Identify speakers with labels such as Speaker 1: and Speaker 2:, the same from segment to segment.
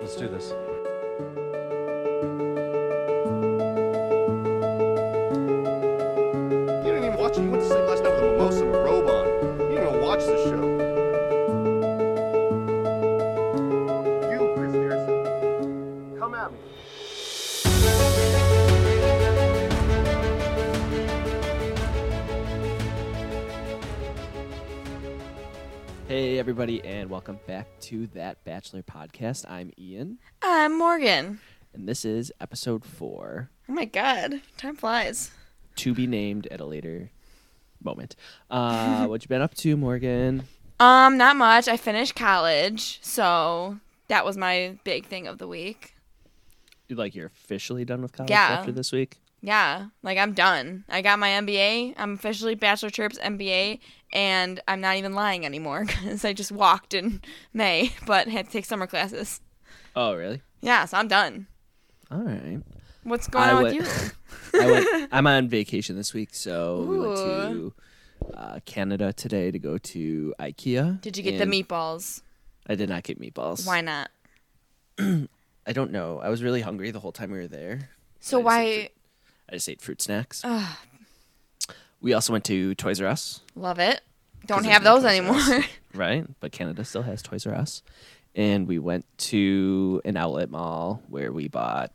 Speaker 1: Let's do this.
Speaker 2: You didn't even watch it. You went to sleep last night with a mimosa and a robe on. You didn't even watch the show. You, Chris Harrison, come at me.
Speaker 3: Hey, everybody, and welcome back to that Bachelor podcast. I'm Ian,
Speaker 4: I'm Uh, Morgan.
Speaker 3: and this is episode four,
Speaker 4: Oh my god, time flies.
Speaker 3: to be named at a later moment. Uh, what you been up to, Morgan?
Speaker 4: Um, not much. I finished college, so that was my big thing of the week.
Speaker 3: You Like, you're officially done with college
Speaker 4: Yeah.
Speaker 3: after this week?
Speaker 4: Yeah, like I'm done. I got my MBA. I'm officially Bachelor Chirps MBA, and I'm not even lying anymore because I just walked in May, but had to take summer classes.
Speaker 3: Oh, really?
Speaker 4: Yeah, so I'm done.
Speaker 3: All right.
Speaker 4: What's going
Speaker 3: I
Speaker 4: on
Speaker 3: went-
Speaker 4: with you?
Speaker 3: I went, I'm on vacation this week, so we went to
Speaker 4: Ooh.
Speaker 3: uh, Canada today to go to IKEA.
Speaker 4: Did you get
Speaker 3: and
Speaker 4: the meatballs?
Speaker 3: I did not get meatballs.
Speaker 4: Why not?
Speaker 3: I don't know. I was really hungry the whole time we were there.
Speaker 4: So
Speaker 3: I just
Speaker 4: why?
Speaker 3: ate I just ate fruit snacks. We also went to Toys R Us.
Speaker 4: Love it. Don't
Speaker 3: there's
Speaker 4: have
Speaker 3: no
Speaker 4: those
Speaker 3: Toys R Us.
Speaker 4: anymore.
Speaker 3: Right, but Canada still has Toys R Us. And we went to an outlet mall where we bought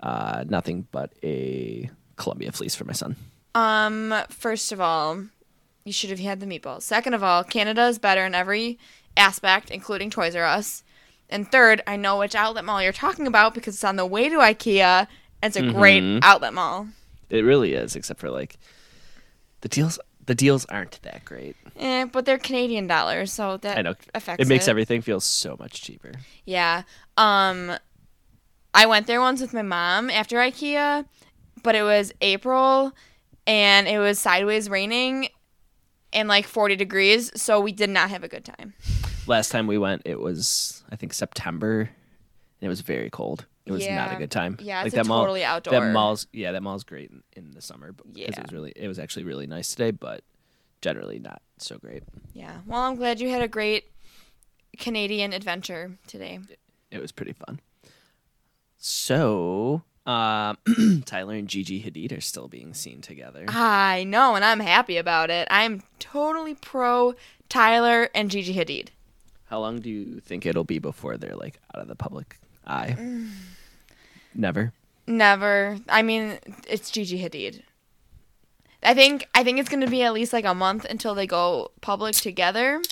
Speaker 3: uh, nothing but a Columbia fleece for my son.
Speaker 4: Um, first of all, you should have had the meatballs. Second of all, Canada is better in every aspect, including Toys R Us. And third, I know which outlet mall you're talking about because it's on the way to IKEA. and It's a
Speaker 3: Mm-hmm.
Speaker 4: great outlet mall.
Speaker 3: It really is, except for like the deals. The deals aren't that great.
Speaker 4: Eh, but they're Canadian dollars, so that
Speaker 3: I know
Speaker 4: affects
Speaker 3: it makes everything feel so much cheaper.
Speaker 4: Yeah. Um I went there once with my mom after IKEA, but it was April and it was sideways raining and like 40 degrees, so we did not have a good time.
Speaker 3: Last time we went, it was I think September, and it was very cold. It was not a
Speaker 4: Yeah.
Speaker 3: good time.
Speaker 4: Yeah, it's a totally outdoor.
Speaker 3: That mall's yeah, that mall's great in, in the summer. But 'cause it
Speaker 4: Yeah.
Speaker 3: was really it was actually really nice today, but generally not so great.
Speaker 4: Yeah. Well, I'm glad you had a great Canadian adventure today.
Speaker 3: It was pretty fun. So um, Tyler and Gigi Hadid are still being seen together.
Speaker 4: Ah. I know, and I'm happy about it. I'm totally pro Tyler and Gigi Hadid.
Speaker 3: How long do you think it'll be before they're like out of the public eye?
Speaker 4: Mm.
Speaker 3: Never.
Speaker 4: Never. I mean, it's Gigi Hadid. I think I think it's going to be at least like a month until they go public together.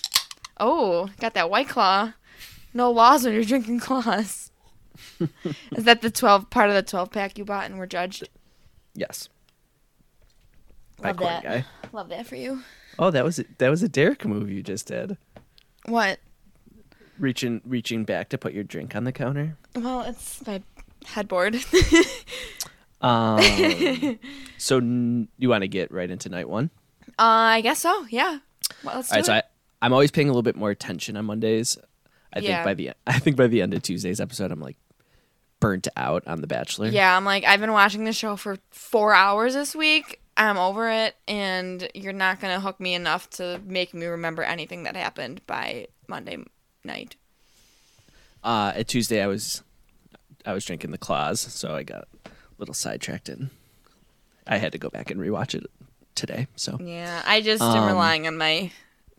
Speaker 4: Oh, got that white claw. No laws when you're drinking claws. Is that the 12 part of the 12 pack you bought and were judged?
Speaker 3: Yes. By
Speaker 4: Love
Speaker 3: Corn
Speaker 4: that.
Speaker 3: Guy.
Speaker 4: Love that for you.
Speaker 3: Oh, that was a, that was a Derek move you just did.
Speaker 4: What?
Speaker 3: Reaching reaching back to put your drink on the counter.
Speaker 4: Well, it's my headboard.
Speaker 3: Um, so n- you want to get right into night one?
Speaker 4: uh, I guess so. Yeah. Well, let's do
Speaker 3: All right. So
Speaker 4: it.
Speaker 3: I, I'm always paying a little bit more attention on Mondays. I think
Speaker 4: Yeah.
Speaker 3: by the I think by the end of Tuesday's episode, I'm like burnt out on The Bachelor.
Speaker 4: yeah, I'm like I've been watching the show for four hours this week. I'm over it, and you're not gonna hook me enough to make me remember anything that happened by Monday night.
Speaker 3: Uh, at Tuesday, I was I was drinking the claws, so I got a little sidetracked and I had to go back and rewatch it today. So
Speaker 4: Yeah, I just am relying on my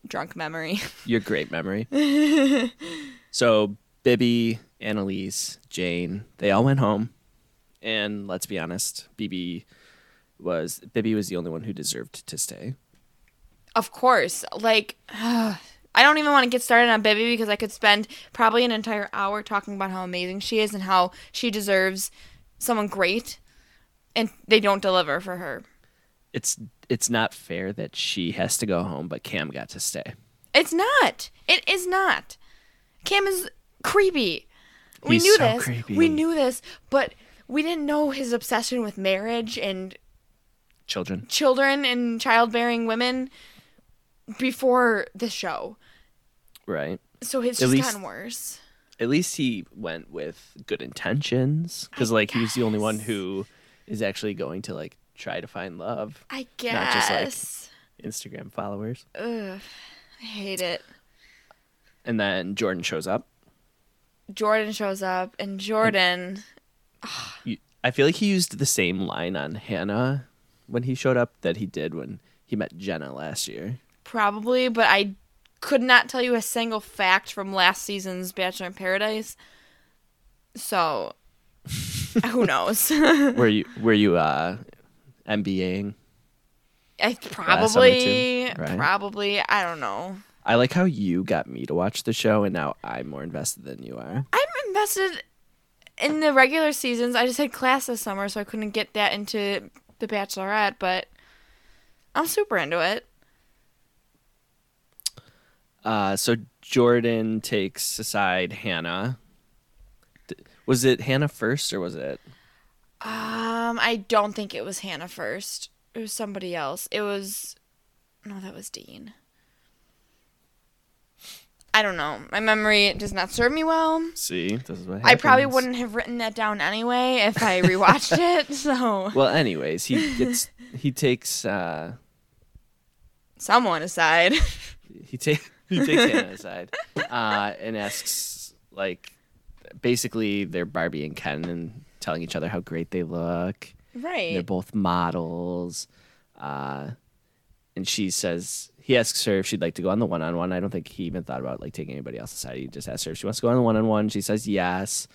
Speaker 4: drunk memory.
Speaker 3: your great memory. so Bibby, Annalise, Jane, they all went home. And let's be honest, Bibi was Bibby was the only one who deserved to stay.
Speaker 4: of course, like. I don't even want to get started on Bibby because I could spend probably an entire hour talking about how amazing she is and how she deserves someone great, and they don't deliver for her.
Speaker 3: It's it's not fair that she has to go home, but Cam got to stay.
Speaker 4: It's not. It is not. Cam is creepy. We
Speaker 3: He's
Speaker 4: knew
Speaker 3: so
Speaker 4: this.
Speaker 3: creepy.
Speaker 4: We knew this, but we didn't know his obsession with marriage and
Speaker 3: Children.
Speaker 4: children and childbearing women before the show.
Speaker 3: Right.
Speaker 4: So it's
Speaker 3: At
Speaker 4: just
Speaker 3: least-
Speaker 4: gotten worse.
Speaker 3: At least he went with good intentions. Because like he was the only one who is actually going to like try to find love.
Speaker 4: I
Speaker 3: Not just like-
Speaker 4: guess.
Speaker 3: Instagram followers.
Speaker 4: Ugh, I hate it.
Speaker 3: And then Jordan shows up.
Speaker 4: Jordan shows up, and Jordan.
Speaker 3: You- I feel like he used the same line on Hannah when he showed up that he did when he met Jenna last year.
Speaker 4: Probably, but I could not tell you a single fact from last season's Bachelor in Paradise. So, who knows?
Speaker 3: Were you were you uh MBAing?
Speaker 4: I
Speaker 3: summer
Speaker 4: probably,
Speaker 3: too, right?
Speaker 4: probably, I don't know.
Speaker 3: I like how you got me to watch the show and now I'm more invested than you are.
Speaker 4: I'm invested in the regular seasons. I just had class this summer, so I couldn't get that into the Bachelorette, but I'm super into it.
Speaker 3: Uh so Jordan takes aside Hannah. D- Was it Hannah first or was it
Speaker 4: Um, I don't think it was Hannah first. It was somebody else. It was no, that was Dean. I don't know. My memory does not serve me well.
Speaker 3: See? This is what
Speaker 4: I probably
Speaker 3: happens.
Speaker 4: wouldn't have written that down anyway if I rewatched it. So
Speaker 3: Well, anyways, he gets he takes uh
Speaker 4: someone aside.
Speaker 3: he takes he takes Hannah aside uh, and asks like basically they're Barbie and Ken and telling each other how great they look. They're
Speaker 4: Right.
Speaker 3: both models, uh, and she says he asks her if she'd like to go on the one on one. I don't think he even thought about like taking anybody else aside. He just asked her if she wants to go on the one on one. She says yes.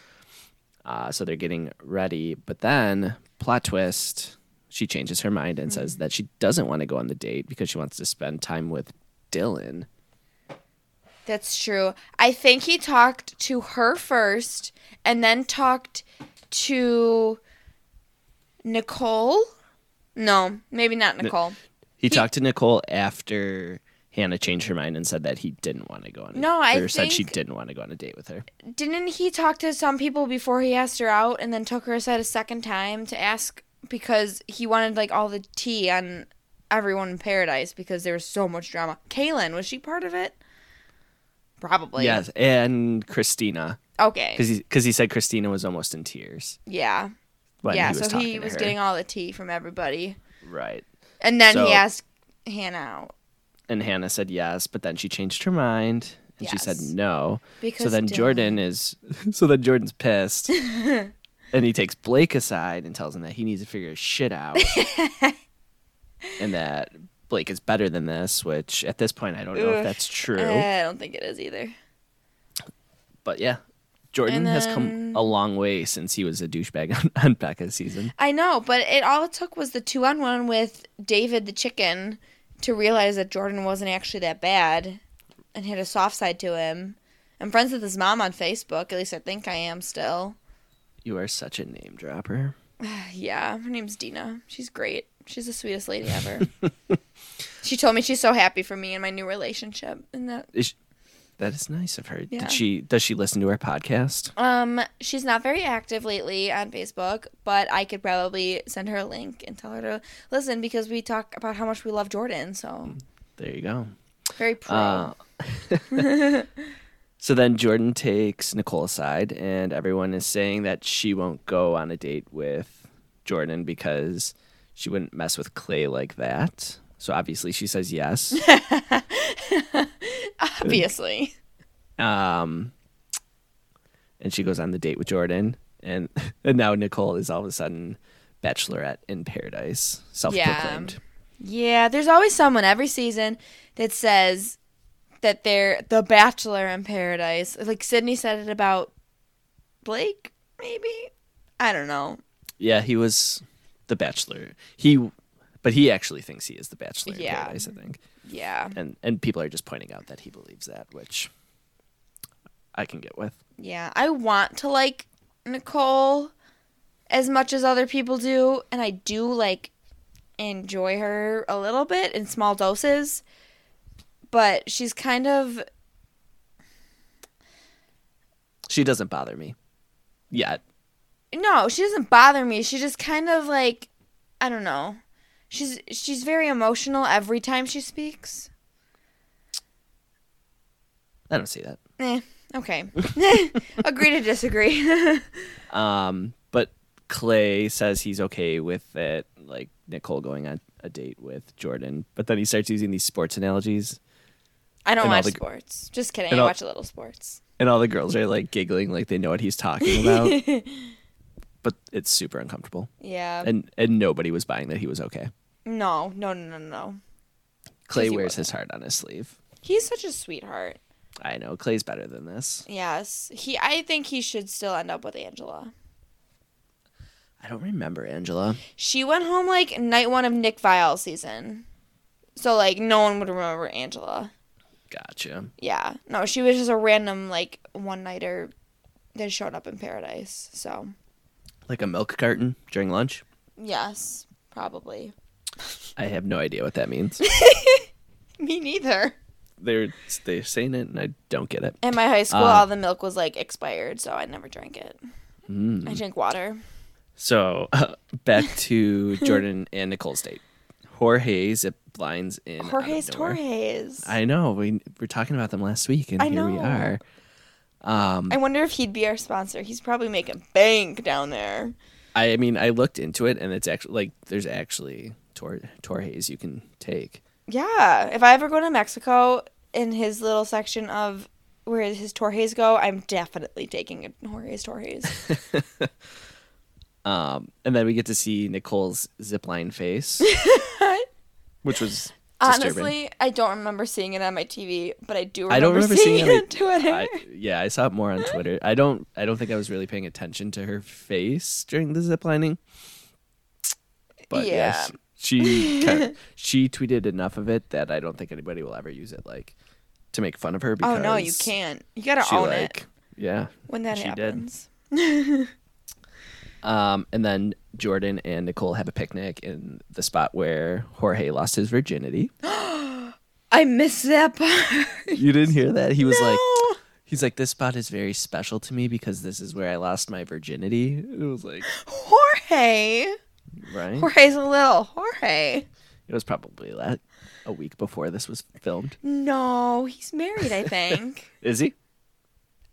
Speaker 3: Uh, so they're getting ready, but then plot twist. She changes her mind and says that she doesn't want to go on the date because she wants to spend time with Dylan.
Speaker 4: That's true. I think he talked to her first and then talked to Nicole. No, maybe not Nicole.
Speaker 3: He, talked to Nicole after Hannah changed her mind and said that he didn't want to go on. A,
Speaker 4: No, I
Speaker 3: or said she
Speaker 4: think-
Speaker 3: didn't want to go on a date with her.
Speaker 4: Didn't he talk to some people before he asked her out and then took her aside a second time to ask because he wanted like all the tea on everyone in paradise because there was so much drama. Kaylin, was she part of it? Probably.
Speaker 3: Yes, and Christina,
Speaker 4: Okay.
Speaker 3: because he because he said Christina was almost in tears
Speaker 4: Yeah.
Speaker 3: when
Speaker 4: yeah,
Speaker 3: he was
Speaker 4: so
Speaker 3: talking
Speaker 4: he
Speaker 3: to
Speaker 4: was
Speaker 3: her.
Speaker 4: getting all the tea from everybody.
Speaker 3: right,
Speaker 4: And then
Speaker 3: So-
Speaker 4: he asked Hannah out.
Speaker 3: and Hannah said yes, but then she changed her mind and she said
Speaker 4: Yes.
Speaker 3: no. so
Speaker 4: Because
Speaker 3: then
Speaker 4: Dylan-
Speaker 3: Jordan is so then Jordan's pissed, and he takes Blake aside and tells him that he needs to figure his shit out, and that Blake is better than this. Which at this point I don't know if
Speaker 4: Ugh. Uh,
Speaker 3: that's true.
Speaker 4: Eh, I don't think it is either.
Speaker 3: But yeah, Jordan
Speaker 4: And
Speaker 3: has come
Speaker 4: then-
Speaker 3: a long way since he was a douchebag on, on Becca's season.
Speaker 4: I know, but it all it took was the two on one with David the chicken to realize that Jordan wasn't actually that bad and had a soft side to him. I'm friends with his mom on Facebook, at least I think I am still.
Speaker 3: You are such a name dropper.
Speaker 4: Yeah, her name's Dina. She's great. She's the sweetest lady ever. she told me she's so happy for me and my new relationship and that
Speaker 3: Is she- that is nice of her.
Speaker 4: Yeah.
Speaker 3: Did she does she listen to our podcast?
Speaker 4: Um, she's not very active lately on Facebook, but I could probably send her a link and tell her to listen because we talk about how much we love Jordan. So
Speaker 3: There you go.
Speaker 4: very pro.
Speaker 3: Uh, so then Jordan takes Nicole aside, and everyone is saying that she won't go on a date with Jordan because she wouldn't mess with Clay like that. So obviously she says yes.
Speaker 4: Obviously,
Speaker 3: um, and she goes on the date with Jordan, and and now Nicole is all of a sudden bachelorette in paradise, self-proclaimed.
Speaker 4: yeah. There's always someone every season that says that they're the Bachelor in Paradise. Like Sydney said it about Blake, maybe. I don't know.
Speaker 3: Yeah, he was the bachelor. He, but he actually thinks he is the bachelor in
Speaker 4: Yeah.
Speaker 3: paradise. I think,
Speaker 4: Yeah,
Speaker 3: and and people are just pointing out that he believes that, which I can get with.
Speaker 4: yeah. I want to like Nicole as much as other people do, and I do like enjoy her a little bit in small doses, but she's kind of
Speaker 3: She doesn't bother me yet.
Speaker 4: no, she doesn't bother me. She just kind of like I don't know. She's she's very emotional every time she speaks.
Speaker 3: I don't see that.
Speaker 4: Eh, okay. Agree to disagree.
Speaker 3: Um, but Clay says he's okay with it, like Nicole going on a date with Jordan. But then he starts using these sports analogies.
Speaker 4: I don't
Speaker 3: And all
Speaker 4: watch
Speaker 3: the-
Speaker 4: sports. Just kidding.
Speaker 3: and
Speaker 4: I
Speaker 3: all-
Speaker 4: watch a little sports.
Speaker 3: and all the girls are like giggling like they know what he's talking about. but it's super uncomfortable.
Speaker 4: Yeah.
Speaker 3: And and nobody was buying that he was okay.
Speaker 4: no, no, no, no, no.
Speaker 3: Clay
Speaker 4: Yes, he
Speaker 3: wears
Speaker 4: was.
Speaker 3: his heart on his sleeve.
Speaker 4: He's such a sweetheart.
Speaker 3: I know Clay's better than this.
Speaker 4: Yes. He I think he should still end up with Angela.
Speaker 3: I don't remember Angela.
Speaker 4: She went home like night one of Nick Vile season. So like no one would remember Angela.
Speaker 3: Gotcha.
Speaker 4: Yeah. No, she was just a random like one nighter that showed up in paradise. So
Speaker 3: Like a milk carton during lunch.
Speaker 4: yes, probably.
Speaker 3: I have no idea what that means.
Speaker 4: Me neither.
Speaker 3: they're they're saying it and I don't get it.
Speaker 4: In my high school
Speaker 3: Uh,
Speaker 4: all the milk was like expired, so I never drank it.
Speaker 3: Mm.
Speaker 4: I drank water.
Speaker 3: So uh, back to Jordan and Nicole's date. Jorge zip lines in. out of
Speaker 4: Jorge's
Speaker 3: nowhere.
Speaker 4: Torres. I,
Speaker 3: I know. We we were talking about them last week, and
Speaker 4: I
Speaker 3: here we
Speaker 4: know.
Speaker 3: are. Um,
Speaker 4: wonder if he'd be our sponsor. He's probably making bank down there.
Speaker 3: I mean, I looked into it, and it's actually like there's actually tor- Torres you can take.
Speaker 4: Yeah. If I ever go to Mexico in his little section of where his Torres go, I'm definitely taking a Jorge's Torres.
Speaker 3: Um, and then we get to see Nicole's zipline face, which was disturbing.
Speaker 4: Honestly, I don't remember seeing it on my TV, but I do remember,
Speaker 3: I don't remember
Speaker 4: seeing,
Speaker 3: seeing
Speaker 4: it
Speaker 3: it
Speaker 4: on Twitter.
Speaker 3: I, yeah, I saw it more on Twitter. I don't. I don't think I was really paying attention to her face during the ziplining. But yes, she kind of- she tweeted enough of it that I don't think anybody will ever use it like to make fun of her.
Speaker 4: oh
Speaker 3: Because
Speaker 4: no, you can't. You gotta
Speaker 3: She
Speaker 4: own
Speaker 3: like
Speaker 4: it
Speaker 3: yeah.
Speaker 4: when that
Speaker 3: she did.
Speaker 4: happens.
Speaker 3: Um, and then Jordan and Nicole have a picnic in the spot where Jorge lost his virginity.
Speaker 4: I missed that part.
Speaker 3: You didn't hear that? He was like,
Speaker 4: No.
Speaker 3: he's like, this spot is very special to me because this is where I lost my virginity. It was like,
Speaker 4: Jorge.
Speaker 3: right?
Speaker 4: Jorge's a little Jorge.
Speaker 3: It was probably that a week before this was filmed.
Speaker 4: No, he's married, I think.
Speaker 3: Is he?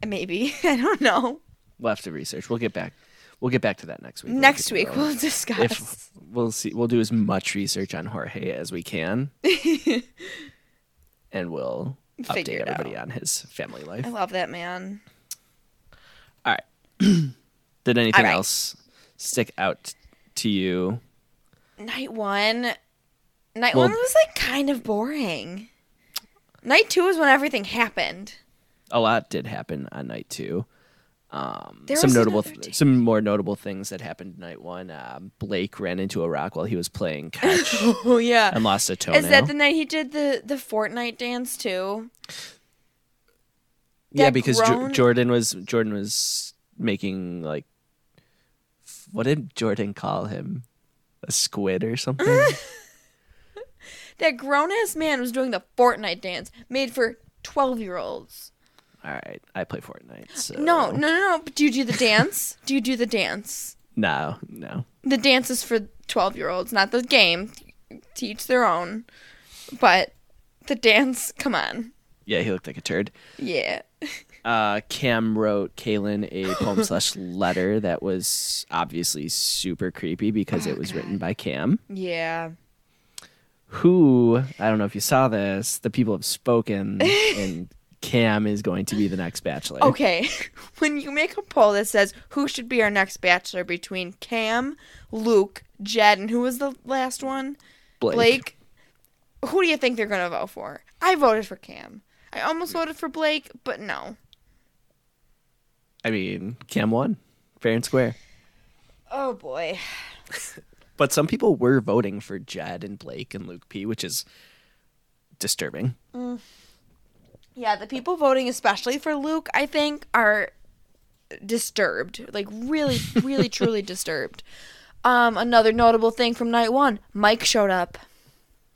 Speaker 4: Maybe. I don't know.
Speaker 3: We'll have to research. We'll get back. We'll get back to that next week. We'll
Speaker 4: Next
Speaker 3: keep it
Speaker 4: week
Speaker 3: going.
Speaker 4: we'll discuss.
Speaker 3: if we'll see, we'll do as much research on Jorge as we can, and we'll
Speaker 4: Figure
Speaker 3: update
Speaker 4: it
Speaker 3: everybody
Speaker 4: out.
Speaker 3: on his family life.
Speaker 4: I love that man.
Speaker 3: All right. Did anything
Speaker 4: All right.
Speaker 3: else stick out to you?
Speaker 4: Night one. Night
Speaker 3: Well-
Speaker 4: one was like kind of boring. Night two is when everything happened.
Speaker 3: A lot did happen on night two. Um,
Speaker 4: There
Speaker 3: some
Speaker 4: was
Speaker 3: notable,
Speaker 4: another date.
Speaker 3: some more notable things that happened night one. Um, Blake ran into a rock while he was playing catch
Speaker 4: Oh yeah.
Speaker 3: and lost a toenail.
Speaker 4: is that the night he did the the Fortnite dance too?
Speaker 3: yeah,
Speaker 4: that
Speaker 3: because jo-
Speaker 4: groan?
Speaker 3: Jordan was Jordan was making like f- what did Jordan call him? A squid or something?
Speaker 4: That grown ass man was doing the Fortnite dance made for twelve year olds.
Speaker 3: All right, I play Fortnite. So.
Speaker 4: No, no, no, no. But do you do the dance? do you do the dance?
Speaker 3: no, no.
Speaker 4: The dance is for twelve year olds, not the game. To each their own. But the dance, come on.
Speaker 3: Yeah, he looked like a turd.
Speaker 4: Yeah.
Speaker 3: uh, Cam wrote Kaylin a poem slash letter that was obviously super creepy because it was written by Cam,
Speaker 4: Yeah.
Speaker 3: who I don't know if you saw this. The people have spoken, and Cam is going to be the next Bachelor.
Speaker 4: Okay. When you make a poll that says who should be our next bachelor between Cam, Luke, Jed, and who was the last one?
Speaker 3: Blake.
Speaker 4: Blake. Who do you think they're going to vote for? I voted for Cam. I almost voted for Blake, but no.
Speaker 3: I mean, Cam won, fair and square.
Speaker 4: Oh boy.
Speaker 3: But some people were voting for Jed and Blake and Luke P, which is disturbing.
Speaker 4: Yeah, the people voting especially for Luke, I think, are disturbed. Like really, really truly disturbed. Um another notable thing from night 1, Mike showed up.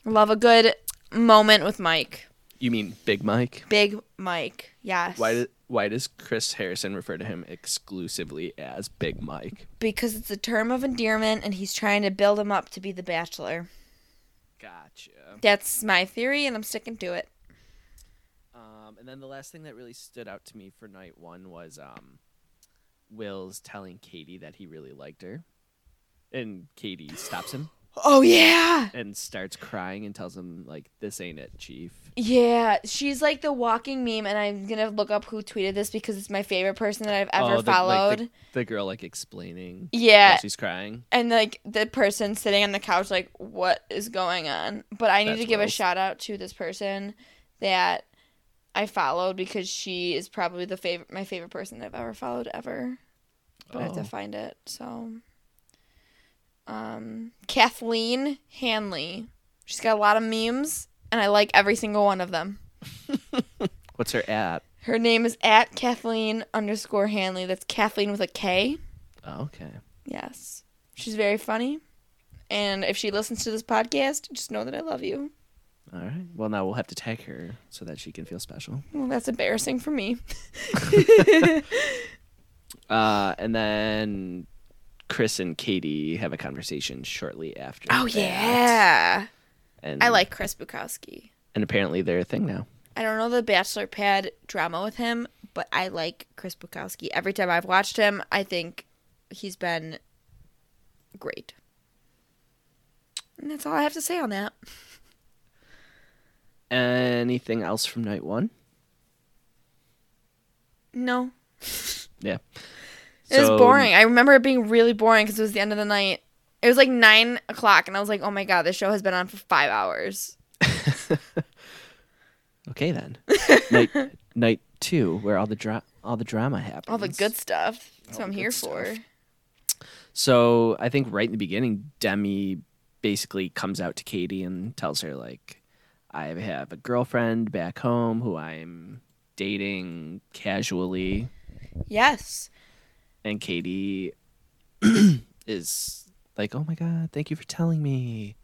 Speaker 4: Love a good moment with Mike.
Speaker 3: You mean Big Mike?
Speaker 4: Big Mike. Yes.
Speaker 3: Why? Do, why does Chris Harrison refer to him exclusively as Big Mike?
Speaker 4: because it's a term of endearment and he's trying to build him up to be the bachelor.
Speaker 3: Gotcha.
Speaker 4: That's my theory and I'm sticking to it.
Speaker 3: Um, and then the last thing that really stood out to me for night one was um, Will's telling Katie that he really liked her, and Katie stops him.
Speaker 4: Oh yeah.
Speaker 3: and starts crying and tells him like this ain't it, chief.
Speaker 4: Yeah, she's like the walking meme, and I'm gonna look up who tweeted this because it's my favorite person that I've ever
Speaker 3: Oh, the- like,
Speaker 4: followed.
Speaker 3: the, the girl like explaining
Speaker 4: yeah,
Speaker 3: why she's crying.
Speaker 4: and like the person sitting on the couch, like, what is going on? But I need
Speaker 3: That's
Speaker 4: to give a
Speaker 3: Rose.
Speaker 4: shout out to this person that I followed because she is probably the favorite, my favorite person I've ever followed ever. But I have to
Speaker 3: Oh.
Speaker 4: find it. So, um, Kathleen Hanley. She's got a lot of memes, and I like every single one of them.
Speaker 3: What's her at?
Speaker 4: Her name is at Kathleen underscore Hanley. That's Kathleen with a K.
Speaker 3: Oh, okay.
Speaker 4: Yes. She's very funny. And if she listens to this podcast, just know that I love you.
Speaker 3: All right. Well, now we'll have to tag her so that she can feel special.
Speaker 4: Well, that's embarrassing for me.
Speaker 3: Uh, and then Chris and Katie have a conversation shortly after. that. And
Speaker 4: Oh, I like Chris Bukowski.
Speaker 3: And apparently they're a thing now.
Speaker 4: I don't know the Bachelor Pad drama with him, but I like Chris Bukowski. Every time I've watched him, I think he's been great. And that's all I have to say on that.
Speaker 3: Anything else from night one?
Speaker 4: No.
Speaker 3: Yeah.
Speaker 4: It was
Speaker 3: So-
Speaker 4: boring. I remember it being really boring because it was the end of the night. It was like nine o'clock, and I was like, "Oh my god, this show has been on for five hours."
Speaker 3: Okay then. night night two, where all the dra- all the drama happens.
Speaker 4: All the good stuff. That's what I'm
Speaker 3: the
Speaker 4: here
Speaker 3: good
Speaker 4: for.
Speaker 3: stuff. So I think right in the beginning, Demi basically comes out to Katie and tells her like, "I have a girlfriend back home who I'm dating casually,"
Speaker 4: Yes.
Speaker 3: and Katie is like, "Oh my god, thank you for telling me."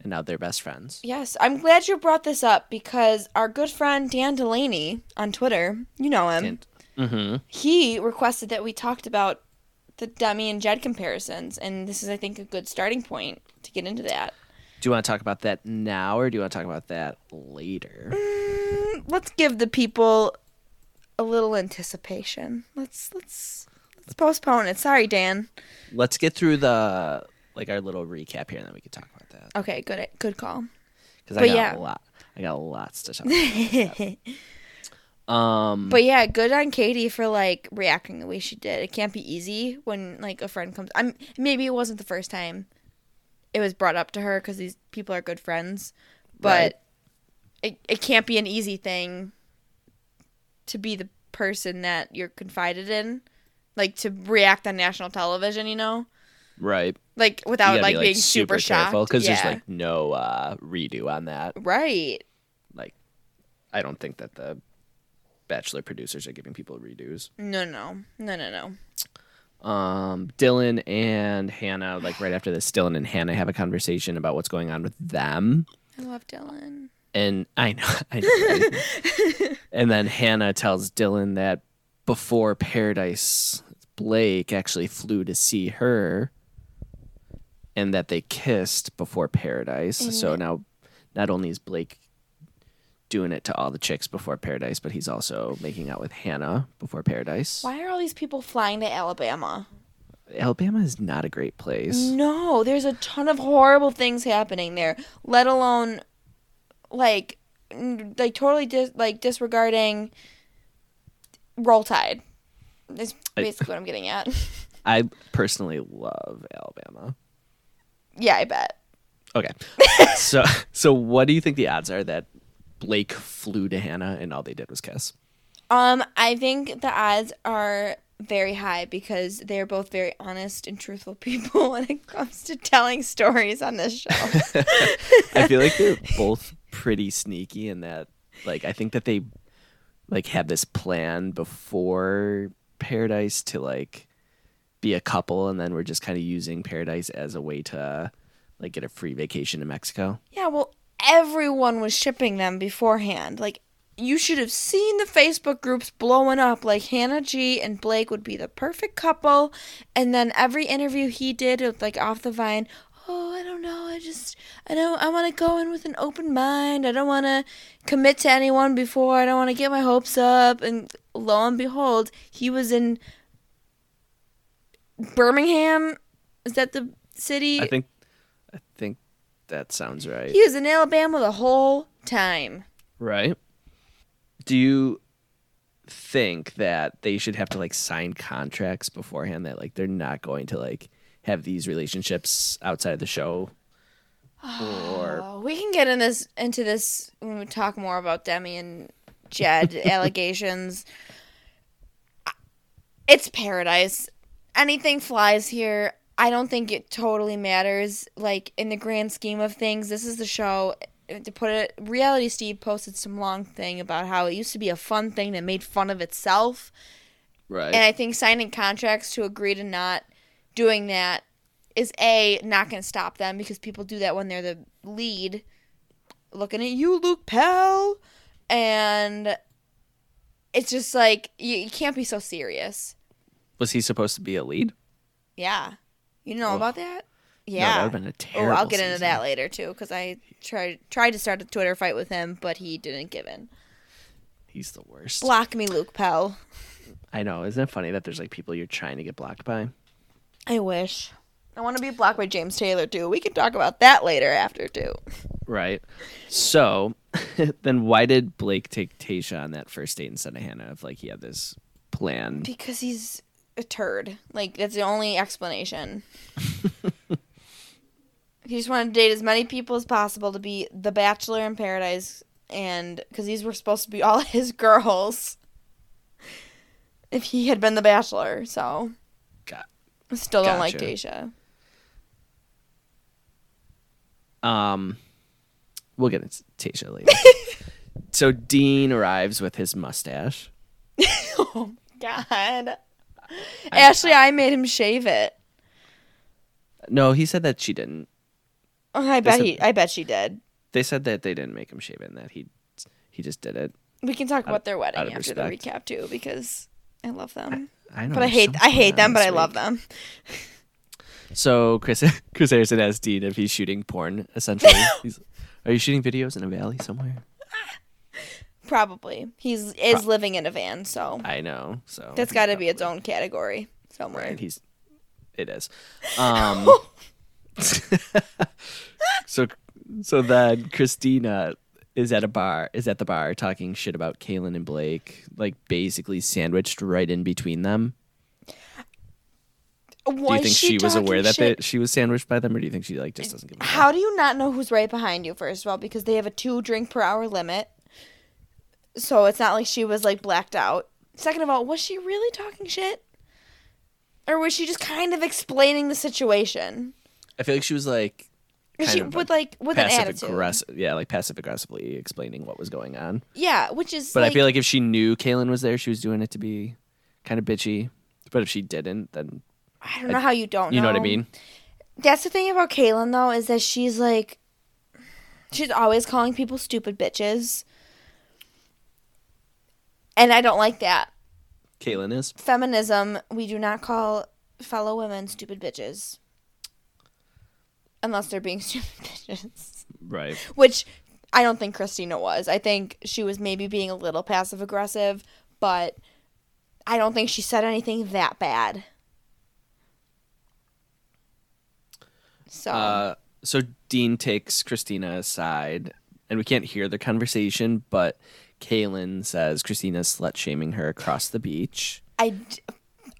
Speaker 3: And now they're best friends.
Speaker 4: Yes. I'm glad you brought this up because our good friend Dan Delaney on Twitter, you know him,
Speaker 3: And mm-hmm.
Speaker 4: he requested that we talked about the Demi and Jed comparisons, and this is, I think, a good starting point to get into that.
Speaker 3: Do you want to talk about that now, or do you want to talk about that later?
Speaker 4: Mm, let's give the people a little anticipation. Let's let's let's postpone it. Sorry, Dan.
Speaker 3: Let's get through the like our little recap here, and then we can talk about that.
Speaker 4: Okay, good good call.
Speaker 3: Because I
Speaker 4: But
Speaker 3: got
Speaker 4: yeah.
Speaker 3: a lot. I got lots to talk about. Um,
Speaker 4: But yeah, good on Katie for like reacting the way she did. It can't be easy when like a friend comes. I'm maybe it wasn't the first time it was brought up to her because these people are good friends,
Speaker 3: Right.
Speaker 4: but it it can't be an easy thing to be the person that you're confided in, like to react on national television. You know.
Speaker 3: right.
Speaker 4: like
Speaker 3: You
Speaker 4: without
Speaker 3: gotta
Speaker 4: like,
Speaker 3: be,
Speaker 4: being super, shocked.
Speaker 3: because
Speaker 4: yeah.
Speaker 3: there's like no uh, redo on that.
Speaker 4: right.
Speaker 3: Like, I don't think that the Bachelor producers are giving people redos.
Speaker 4: No, no, no, no, no.
Speaker 3: Um, Dylan and Hannah, like right after this, Dylan and Hannah have a conversation about what's going on with them.
Speaker 4: I love Dylan.
Speaker 3: and I know, I know. right? and then Hannah tells Dylan that before Paradise, Blake actually flew to see her, and that they kissed before Paradise. so now, not only is Blake doing it to all the chicks before Paradise, but he's also making out with Hannah before Paradise.
Speaker 4: Why are all these people flying to Alabama?
Speaker 3: Alabama is not a great
Speaker 4: Mm.
Speaker 3: place.
Speaker 4: No, there's a ton of horrible things happening there. Let alone, like, n- like totally dis- like disregarding Roll Tide. Is
Speaker 3: I-
Speaker 4: basically what I'm getting at.
Speaker 3: I personally love Alabama.
Speaker 4: yeah, I bet.
Speaker 3: Okay. so so what do you think the odds are that Blake flew to Hannah and all they did was kiss?
Speaker 4: Um, I think the odds are very high because they're both very honest and truthful people when it comes to telling stories on this show.
Speaker 3: I feel like they're both pretty sneaky in that like I think that they like had this plan before Paradise to like be a couple and then we're just kind of using Paradise as a way to like get a free vacation to Mexico.
Speaker 4: yeah, well, everyone was shipping them beforehand. Like, you should have seen the Facebook groups blowing up. Like, Hannah G and Blake would be the perfect couple. And then every interview he did, with, like, off the vine, oh, I don't know. I just, I don't, I want to go in with an open mind. I don't want to commit to anyone before. I don't want to get my hopes up. And lo and behold, he was in Birmingham. Is that the city?
Speaker 3: I think I think that sounds right.
Speaker 4: He was in Alabama the whole time.
Speaker 3: Right. Do you think that they should have to like sign contracts beforehand that like they're not going to like have these relationships outside of the show? Or
Speaker 4: Oh, we can get in this into this when we talk more about Demi and Jed allegations. It's paradise. Anything flies here. I don't think it totally matters. Like in the grand scheme of things, this is the show. To put it, reality Steve posted some long thing about how it used to be a fun thing that made fun of itself,
Speaker 3: right.
Speaker 4: and I think signing contracts to agree to not doing that is a not going to stop them because people do that when they're the lead. Looking at you, Luke Pell, and it's just like you, you can't be so serious.
Speaker 3: Was he supposed to be a lead?
Speaker 4: Yeah, you know
Speaker 3: Ugh.
Speaker 4: about that.
Speaker 3: No, that
Speaker 4: Yeah.
Speaker 3: would have been a
Speaker 4: oh,
Speaker 3: terrible.
Speaker 4: I'll get into
Speaker 3: season.
Speaker 4: that later too because I tried tried to start a Twitter fight with him, but he didn't give in.
Speaker 3: He's the worst.
Speaker 4: Block me, Luke Pell.
Speaker 3: I know. Isn't it funny that there's like people you're trying to get blocked by?
Speaker 4: I wish. I want to be blocked by James Taylor too. We can talk about that later after too.
Speaker 3: Right. So then why did Blake take Tasha on that first date instead of Hannah if like he had this plan?
Speaker 4: Because he's a turd. Like that's the only explanation. he just wanted to date as many people as possible to be the bachelor in paradise, and because these were supposed to be all his girls. If he had been the bachelor, so
Speaker 3: Got-
Speaker 4: I still don't like
Speaker 3: Gotcha.
Speaker 4: Deja.
Speaker 3: Um, we'll get into Tasha later. so Dean arrives with his mustache.
Speaker 4: oh my god! Ashley, I made him shave it.
Speaker 3: No, he said that she didn't.
Speaker 4: Oh, I bet
Speaker 3: Listen.
Speaker 4: he. I bet she did.
Speaker 3: They said that they didn't make him shave it and that he he just did it.
Speaker 4: We can talk about their wedding
Speaker 3: out of
Speaker 4: after the recap too, because I love them,
Speaker 3: I know.
Speaker 4: but I
Speaker 3: there's
Speaker 4: hate.
Speaker 3: so much
Speaker 4: I
Speaker 3: going
Speaker 4: hate
Speaker 3: on
Speaker 4: them, but
Speaker 3: this
Speaker 4: I love
Speaker 3: week.
Speaker 4: them.
Speaker 3: So Chris Chris Harrison asked Dean if he's shooting porn. Essentially, he's, are you shooting videos in a valley somewhere?
Speaker 4: Probably. He's is living in a van, so
Speaker 3: I know. So
Speaker 4: that's
Speaker 3: he
Speaker 4: got to be its
Speaker 3: probably-
Speaker 4: own category somewhere.
Speaker 3: Right, he's it is. Um, so so then Christina is at a bar is at the bar talking shit about Kaylin and Blake, like basically sandwiched right in between them. Do you think she, was aware that they, she was sandwiched by them, or do you think she like just doesn't give a fuck?
Speaker 4: How do you not know who's right behind you first of all because they have a 2 drink per hour limit. So it's not like she was like blacked out. Second of all, was she really talking shit? Or was she just kind of explaining the situation?
Speaker 3: I feel like she was like
Speaker 4: Because
Speaker 3: Kind
Speaker 4: she
Speaker 3: of,
Speaker 4: would like with an
Speaker 3: passive
Speaker 4: attitude.
Speaker 3: aggressive, yeah, like passive aggressively explaining what was going on.
Speaker 4: Yeah, which is
Speaker 3: But
Speaker 4: like,
Speaker 3: I feel like if she knew Kaylin was there, she was doing it to be kind of bitchy. But if she didn't, then
Speaker 4: I don't know how you don't
Speaker 3: you know what I mean.
Speaker 4: That's the thing about Kaylin though, is that she's like she's always calling people stupid bitches. And I don't like that.
Speaker 3: Kaylin is.
Speaker 4: Feminism, we do not call fellow women stupid bitches. Unless they're being stupid bitches.
Speaker 3: Right.
Speaker 4: Which I don't think Christina was. I think she was maybe being a little passive aggressive, but I don't think she said anything that bad. So
Speaker 3: Uh, so Dean takes Christina aside, and we can't hear the conversation, but Kaylin says Christina's slut shaming her across the beach.
Speaker 4: I, d-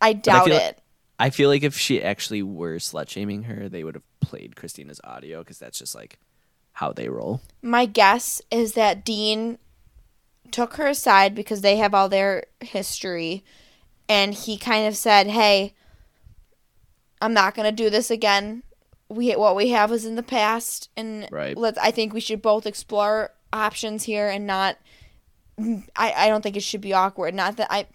Speaker 4: I doubt
Speaker 3: feel like-
Speaker 4: it.
Speaker 3: I feel like if she actually were slut shaming her, they would have played Christina's audio because that's just like how they roll.
Speaker 4: My guess is that Dean took her aside because they have all their history, and he kind of said, "Hey, I'm not gonna do this again. We what we have is in the past, and
Speaker 3: Right.
Speaker 4: let's. I think we should both explore options here and not. I I don't think it should be awkward. Not that I,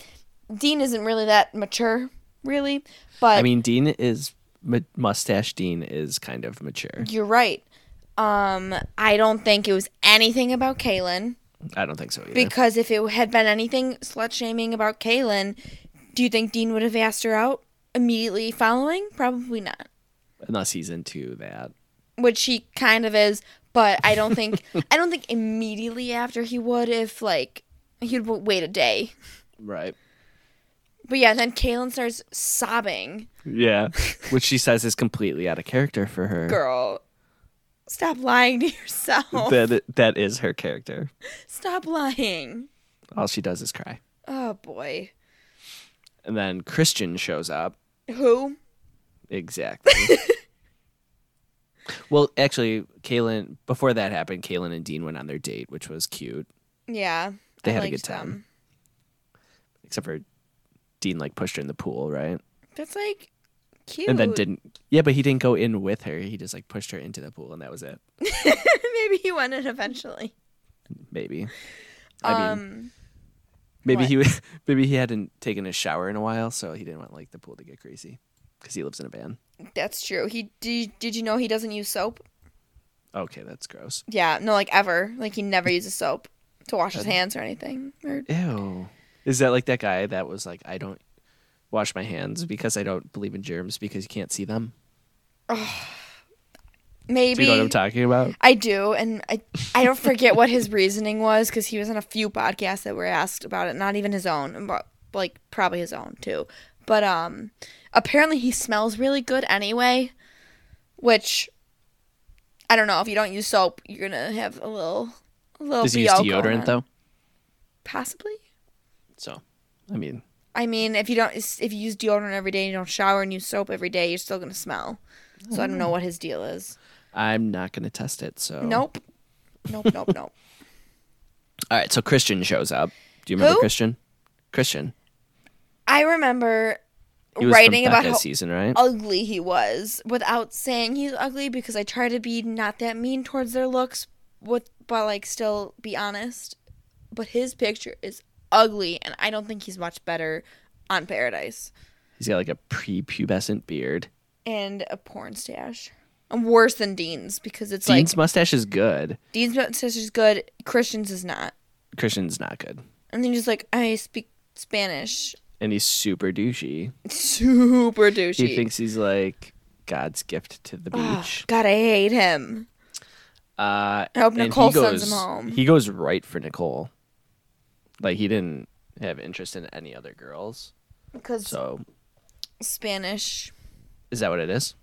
Speaker 4: Dean isn't really that mature, really, but
Speaker 3: I mean, Dean is mu- mustache. Dean is kind of mature.
Speaker 4: You're right. Um, I don't think it was anything about Kaylin
Speaker 3: I don't think so either.
Speaker 4: because if it had been anything slut shaming about Kaylin, do you think Dean would have asked her out immediately following? Probably not.
Speaker 3: Unless he's into that.
Speaker 4: Which he kind of is, but I don't think I don't think immediately after he would if like he'd w- wait a day.
Speaker 3: Right.
Speaker 4: But yeah, then Kaylin starts sobbing.
Speaker 3: Yeah. Which she says is completely out of character for her.
Speaker 4: Girl, Stop lying to yourself.
Speaker 3: That that is her character.
Speaker 4: Stop lying.
Speaker 3: All she does is cry.
Speaker 4: Oh boy.
Speaker 3: And then Christian shows up.
Speaker 4: Who?
Speaker 3: Exactly. well, actually, Kaylin. Before that happened, Kaylin and Dean went on their date, which was cute,
Speaker 4: Yeah.
Speaker 3: They
Speaker 4: I
Speaker 3: had a
Speaker 4: liked
Speaker 3: good time.
Speaker 4: them.
Speaker 3: except for Dean like pushed her in the pool, right?
Speaker 4: That's like cute.
Speaker 3: And then didn't. Yeah, but he didn't go in with her. He just like pushed her into the pool, and that was it.
Speaker 4: maybe he won it eventually.
Speaker 3: Maybe. I mean,
Speaker 4: um
Speaker 3: maybe
Speaker 4: what?
Speaker 3: he was, maybe he hadn't taken a shower in a while, so he didn't want like the pool to get greasy because he lives in a van.
Speaker 4: that's true. He did did you know he doesn't use soap?
Speaker 3: Okay, that's gross.
Speaker 4: Yeah, no like ever. Like he never uses soap to wash his hands or anything. Or
Speaker 3: Ew. Is that like that guy that was like, I don't wash my hands because I don't believe in germs because you can't see them? Do
Speaker 4: maybe
Speaker 3: you know what I'm talking about?
Speaker 4: I do, and I I don't forget what his reasoning was because he was on a few podcasts that were asked about it, not even his own, but like probably his own too. But um, apparently he smells really good anyway, which I don't know. If you don't use soap, you're gonna have a little a little.
Speaker 3: Does he use
Speaker 4: BO going
Speaker 3: deodorant
Speaker 4: on.
Speaker 3: though?
Speaker 4: Possibly.
Speaker 3: So, I mean,
Speaker 4: I mean, if you don't, if you use deodorant every day and you don't shower and use soap every day, you're still gonna smell. So I
Speaker 3: Oh.
Speaker 4: don't know what his deal is.
Speaker 3: I'm not going to test it. So,
Speaker 4: Nope. Nope. Nope. nope.
Speaker 3: All right. So Christian shows up. Do you remember
Speaker 4: Who?
Speaker 3: Christian? Christian.
Speaker 4: I remember
Speaker 3: He was
Speaker 4: writing
Speaker 3: from
Speaker 4: about
Speaker 3: Becca's
Speaker 4: how
Speaker 3: season, right?
Speaker 4: ugly he was without saying he's ugly because I try to be not that mean towards their looks with but like still be honest. But his picture is ugly and I don't think he's much better on Paradise
Speaker 3: He's got like a prepubescent beard.
Speaker 4: and a porn stash. I'm worse than Dean's because it's
Speaker 3: Dean's
Speaker 4: like
Speaker 3: mustache is good.
Speaker 4: Dean's mustache is good, Christian's is not.
Speaker 3: Christian's not good.
Speaker 4: And then just like I speak Spanish.
Speaker 3: And he's super douchey.
Speaker 4: Super douchey.
Speaker 3: He thinks he's like God's gift to the
Speaker 4: Ugh,
Speaker 3: beach.
Speaker 4: God, I hate him.
Speaker 3: Uh,
Speaker 4: I hope
Speaker 3: and he
Speaker 4: Nicole sends
Speaker 3: goes-
Speaker 4: him home.
Speaker 3: He goes right for Nicole. Like he didn't have interest in any other girls.
Speaker 4: Because
Speaker 3: So
Speaker 4: Spanish.
Speaker 3: is that what it is?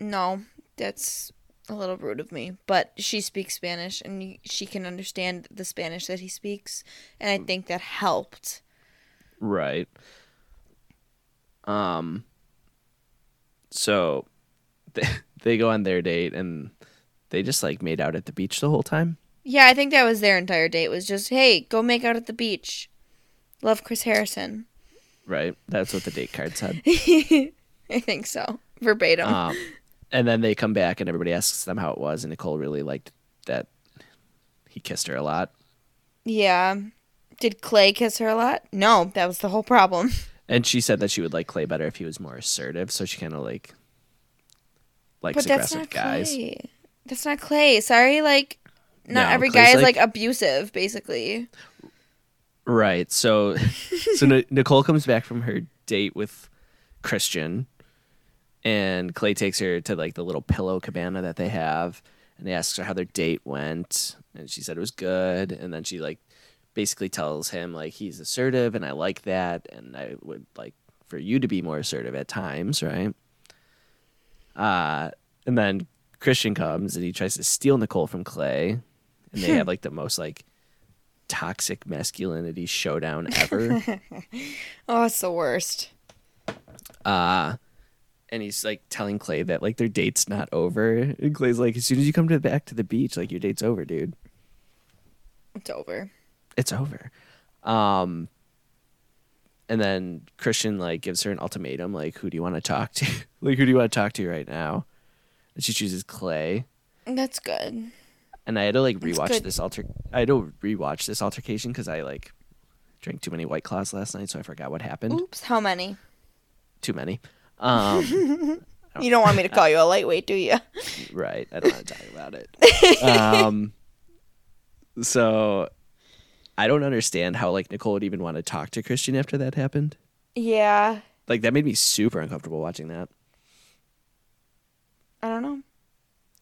Speaker 4: No, that's a little rude of me. But she speaks Spanish and y- she can understand the Spanish that he speaks. And
Speaker 3: Mm.
Speaker 4: I think that helped.
Speaker 3: Right. Um. So, they, they go on their date and they just like made out at the beach the whole time.
Speaker 4: Yeah, I think that was their entire date was just, hey, go make out at the beach. Love Chris Harrison.
Speaker 3: Right. That's what the date card said.
Speaker 4: I think so. Verbatim.
Speaker 3: Um, and then they come back and everybody asks them how it was, and Nicole really liked that he kissed her a lot.
Speaker 4: yeah. Did Clay kiss her a lot? No, that was the whole problem.
Speaker 3: And she said that she would like Clay better if he was more assertive, so she kind of like likes
Speaker 4: But that's
Speaker 3: aggressive
Speaker 4: not
Speaker 3: guys.
Speaker 4: Clay. That's not Clay. Sorry, like, not
Speaker 3: No,
Speaker 4: every
Speaker 3: Clay's
Speaker 4: guy is
Speaker 3: like-
Speaker 4: like abusive, basically.
Speaker 3: Right. So so Ni- Nicole comes back from her date with Christian and Clay takes her to like the little pillow cabana that they have and he asks her how their date went and she said it was good and then she like basically tells him like he's assertive and I like that and I would like for you to be more assertive at times, right? Uh and then Christian comes and he tries to steal Nicole from Clay and they have like the most like toxic masculinity showdown ever.
Speaker 4: Oh, it's the worst.
Speaker 3: and he's like telling Clay that like their date's not over. And Clay's like, as soon as you come to back to the beach, like your date's over, dude.
Speaker 4: It's over.
Speaker 3: It's over. Um and then Christian like gives her an ultimatum, like, who do you want to talk to? like, who do you want to talk to right now? And she chooses Clay.
Speaker 4: That's good.
Speaker 3: And I had to like
Speaker 4: That's
Speaker 3: rewatch
Speaker 4: good.
Speaker 3: this alter I had to rewatch this altercation because I like drank too many white claws last night, so I forgot what happened.
Speaker 4: Oops, how many?
Speaker 3: Too many. Um
Speaker 4: You don't want me to call you a lightweight, do you?
Speaker 3: Right. I don't want to talk about it. Um, so I don't understand how like Nicole would even want to talk to Christian after that happened.
Speaker 4: Yeah,
Speaker 3: Like that made me super uncomfortable watching that.
Speaker 4: I don't know.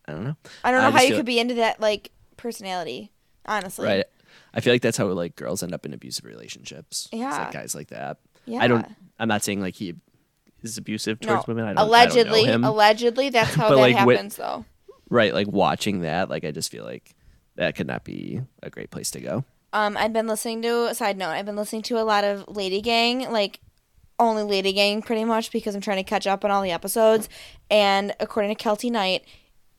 Speaker 3: I don't know.
Speaker 4: I don't
Speaker 3: I
Speaker 4: know how
Speaker 3: just
Speaker 4: you
Speaker 3: feel-
Speaker 4: could be into that like personality. Honestly,
Speaker 3: Right. I feel like that's how like girls end up in abusive relationships. It's,
Speaker 4: Yeah.
Speaker 3: like, guys like that. I don't
Speaker 4: Yeah.
Speaker 3: I'm not saying like he is abusive
Speaker 4: no,
Speaker 3: towards women. I don't I don't know
Speaker 4: allegedly,
Speaker 3: him.
Speaker 4: allegedly, that's how
Speaker 3: But,
Speaker 4: that
Speaker 3: like, when-
Speaker 4: happens, though.
Speaker 3: right, like watching that, like I just feel like that could not be a great place to go.
Speaker 1: Um, I've been listening to a side note. I've been listening to a lot of Lady Gang, like only Lady Gang, pretty much because I'm trying to catch up on all the episodes. And according to Kelty Knight,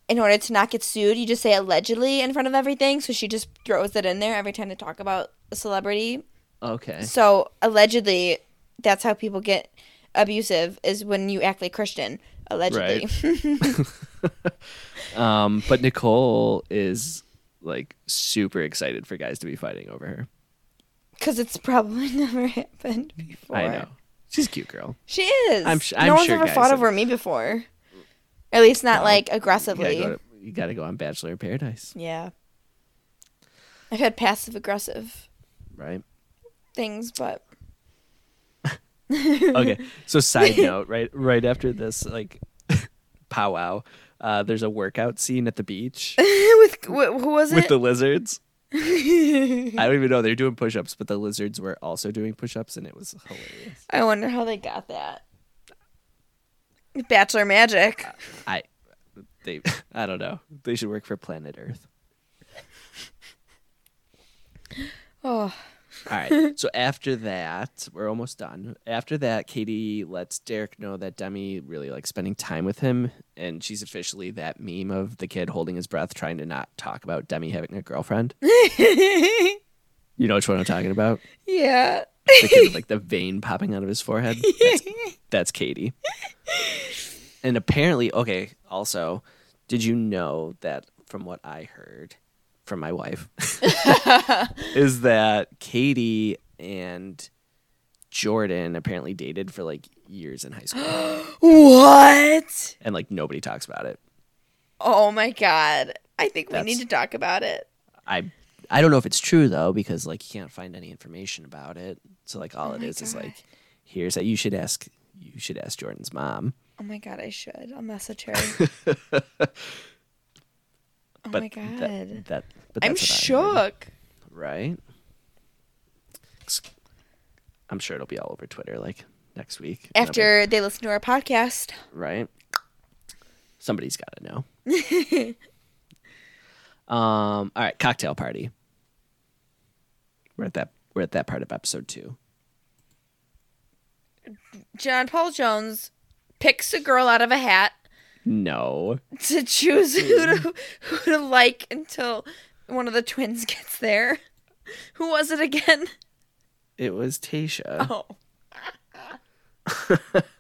Speaker 1: in order to not get sued, you just say allegedly in front of everything. So she just throws it in there every time they talk about a celebrity.
Speaker 3: Okay.
Speaker 1: So allegedly, that's how people get abusive is when you act like Christian. Allegedly,
Speaker 3: Um, but Nicole is like super excited for guys to be fighting over her.
Speaker 1: because it's probably never happened before.
Speaker 3: I know. She's a cute girl.
Speaker 1: She is.
Speaker 3: I'm sh-
Speaker 1: no
Speaker 3: I'm
Speaker 1: one's
Speaker 3: sure
Speaker 1: ever
Speaker 3: guys
Speaker 1: fought
Speaker 3: have-
Speaker 1: over me before. At least not like
Speaker 3: You gotta,
Speaker 1: aggressively.
Speaker 3: go to, you gotta go on Bachelor in Paradise,
Speaker 1: yeah. I've had passive aggressive
Speaker 3: right?
Speaker 1: things, but
Speaker 3: okay. So side note, right right after this like powwow, uh, there's a workout scene at the beach
Speaker 4: with wh- who was
Speaker 3: with
Speaker 4: it?
Speaker 3: the lizards. I don't even know they're doing push-ups, but the lizards were also doing push-ups, and it was hilarious.
Speaker 1: I wonder how they got that.
Speaker 4: Bachelor Magic.
Speaker 3: I they I don't know. They should work for Planet Earth. Uh.
Speaker 1: Oh.
Speaker 3: All right. So after that, we're almost done. After that, Katie lets Derek know that Demi really likes spending time with him, and she's officially that meme of the kid holding his breath, trying to not talk about Demi having a girlfriend. You know which one I'm talking about?
Speaker 1: Oh. yeah.
Speaker 3: The kid with like the vein popping out of his forehead. That's, that's Katie. And apparently, okay. Also, did you know that from what I heard from my wife is that Katie and Jordan apparently dated for like years in high school,
Speaker 4: What?
Speaker 3: and like nobody talks about it.
Speaker 4: Oh my god. I think
Speaker 3: That's-
Speaker 4: we need to talk about it.
Speaker 3: I I don't know if it's true though because like you can't find any information about it. So like all it is is like here's that you should ask you should ask Jordan's mom.
Speaker 4: Oh my god, I should. I'll message her.
Speaker 3: Oh
Speaker 4: my God.
Speaker 3: That, that but
Speaker 4: I'm
Speaker 3: that's what I heard,
Speaker 4: shook.
Speaker 3: right? I'm sure it'll be all over Twitter like next week. and I'll be-
Speaker 1: After they listen to our podcast.
Speaker 3: right? Somebody's got to know. um. All right, cocktail party. We're at that. We're at that part of episode two.
Speaker 4: John Paul Jones picks a girl out of a hat
Speaker 3: No,
Speaker 4: to choose who
Speaker 3: Hmm.
Speaker 4: to, who to like until one of the twins gets there. Who was it again?
Speaker 3: it was Tasha.
Speaker 4: Oh.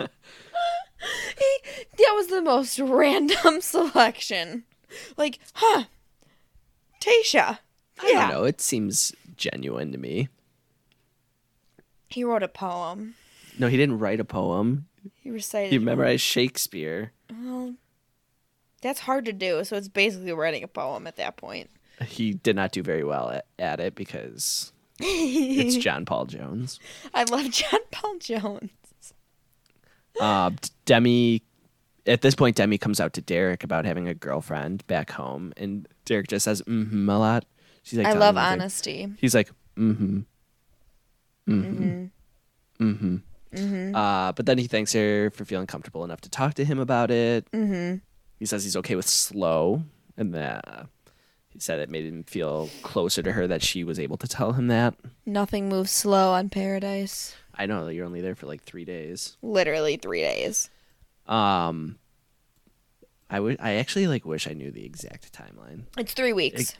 Speaker 4: He- that was the most random selection. Like, huh? Tasha.
Speaker 3: I don't know. It seems genuine to me.
Speaker 4: He wrote a poem.
Speaker 3: No, he didn't write a poem.
Speaker 4: He recited.
Speaker 3: He memorized Shakespeare.
Speaker 4: That's hard to do, so it's basically writing a poem at that point.
Speaker 3: He did not do very well at, at it because it's John Paul Jones.
Speaker 4: I love John Paul Jones.
Speaker 3: uh, Demi, at this point, Demi comes out to Derek about having a girlfriend back home, and Derek just says mm-hmm a lot. She's like,
Speaker 4: I
Speaker 3: telling
Speaker 4: love
Speaker 3: him everything.
Speaker 4: honesty.
Speaker 3: He's like, mm-hmm, mm-hmm, mm-hmm. Uh, but then he thanks her for feeling comfortable enough to talk to him about it. Mm-hmm. He says he's okay with slow, and that uh, he said it made him feel closer to her that she was able to tell him that.
Speaker 4: Nothing moves slow on Paradise.
Speaker 3: I know that you're only there for like three days.
Speaker 4: Literally three days.
Speaker 3: Um, I would. I actually like wish I knew the exact timeline.
Speaker 4: It's three weeks.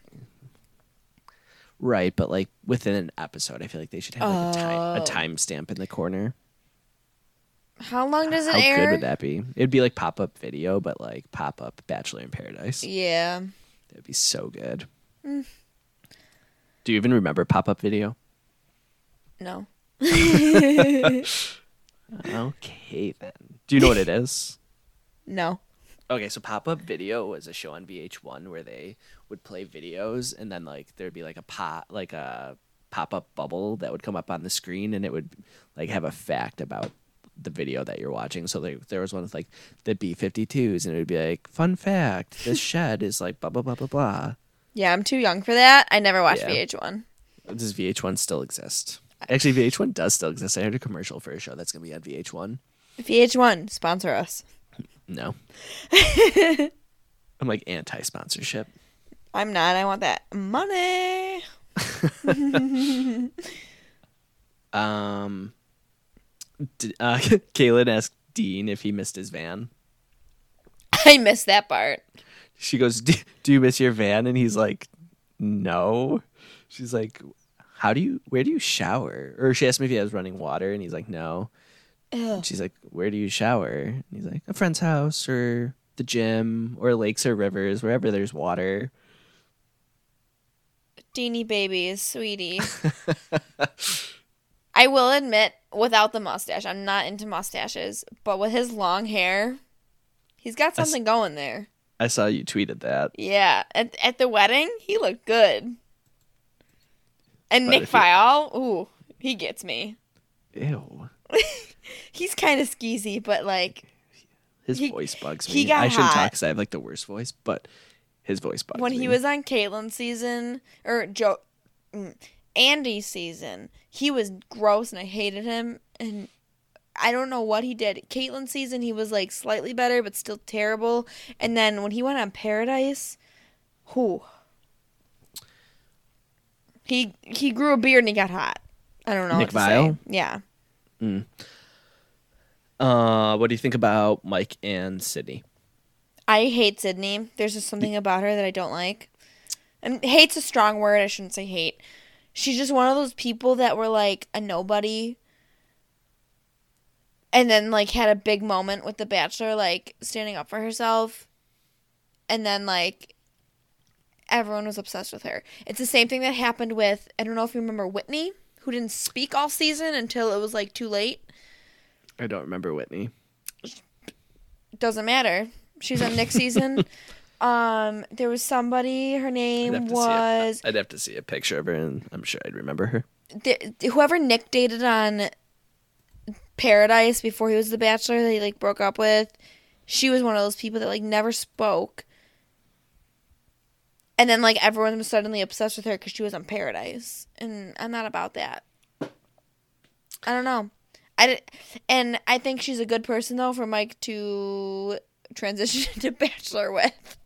Speaker 3: Right, but like within an episode, I feel like they should have like, a time a
Speaker 4: Oh.
Speaker 3: timestamp in the corner.
Speaker 4: How long does it
Speaker 3: How
Speaker 4: air?
Speaker 3: good would that be? It'd be like pop up video, but like pop up Bachelor in Paradise.
Speaker 4: Yeah.
Speaker 3: That'd be so good.
Speaker 4: Mm.
Speaker 3: Do you even remember pop up video?
Speaker 4: No.
Speaker 3: Okay, then. Do you know what it is?
Speaker 4: No.
Speaker 3: Okay, so Pop Up Video was a show on VH1 where they would play videos and then like there'd be like a pot like a pop up bubble that would come up on the screen and it would like have a fact about the video that you're watching. So like there was one with like the B52s and it would be like fun fact, this shed is like blah blah blah blah blah.
Speaker 4: Yeah, I'm too young for that. I never watched
Speaker 3: Yeah.
Speaker 4: VH1.
Speaker 3: Does VH1 still exist? Actually, VH1 does still exist. I heard a commercial for a show that's going to be on VH1.
Speaker 4: VH1, sponsor us.
Speaker 3: No. I'm like anti sponsorship.
Speaker 4: I'm not. I want that money.
Speaker 3: Um, d- uh, Kaylin asked Dean if he missed his van.
Speaker 4: I missed that part.
Speaker 3: She goes, "Do do you miss your van?" And he's like, "No." She's like, "How do you? Where do you shower?" Or she asked me if he has running water, and he's like, "No."
Speaker 4: Ugh.
Speaker 3: She's like, "Where do you shower?" And he's like, "A friend's house, or the gym, or lakes or rivers, wherever there's water."
Speaker 4: Deanie babies, sweetie. I will admit, without the mustache, I'm not into mustaches, but with his long hair, he's got
Speaker 3: That's-
Speaker 4: something going there.
Speaker 3: I saw you tweeted that.
Speaker 4: Yeah, at, at the wedding, he looked good. And
Speaker 3: But
Speaker 4: Nick
Speaker 3: if you-
Speaker 4: Vial, ooh, he gets me.
Speaker 3: Ew,
Speaker 4: He's kind of skeezy, but like,
Speaker 3: his
Speaker 4: He-
Speaker 3: voice bugs me.
Speaker 4: he got
Speaker 3: I shouldn't talk
Speaker 4: hot.
Speaker 3: because I have like the worst voice, but his voice bugs
Speaker 4: when
Speaker 3: me.
Speaker 4: he was on Caitlyn's season or Joe mm, Andy's season, he was gross and I hated him and I don't know what he did. Caitlyn's season he was like slightly better but still terrible. And then when he went on Paradise, who he he grew a beard and he got hot. I don't know.
Speaker 3: Nick
Speaker 4: what to say.
Speaker 3: Viall?
Speaker 4: Yeah.
Speaker 3: Uh, what do you think about Mike and Sydney?
Speaker 4: I hate Sydney. There's just something about her that I don't like. And hate's a strong word. I shouldn't say hate. She's just one of those people that were like a nobody and then like had a big moment with the bachelor like standing up for herself and then like everyone was obsessed with her. It's the same thing that happened with I don't know if you remember Whitney who didn't speak all season until it was like too late.
Speaker 3: I don't remember Whitney.
Speaker 4: doesn't matter. She's on next season. Um, there was somebody. Her
Speaker 3: I'd have,
Speaker 4: name
Speaker 3: to see
Speaker 4: was
Speaker 3: a, I'd have to see a picture of her, and I'm sure I'd remember her.
Speaker 4: th- whoever Nick dated on Paradise before he was the Bachelor. That he like broke up with. She was one of those people that like never spoke. And then like everyone was suddenly obsessed with her because she was on Paradise, and I'm not about that. I don't know. I did, and I think she's a good person though for Mike to transition to Bachelor with.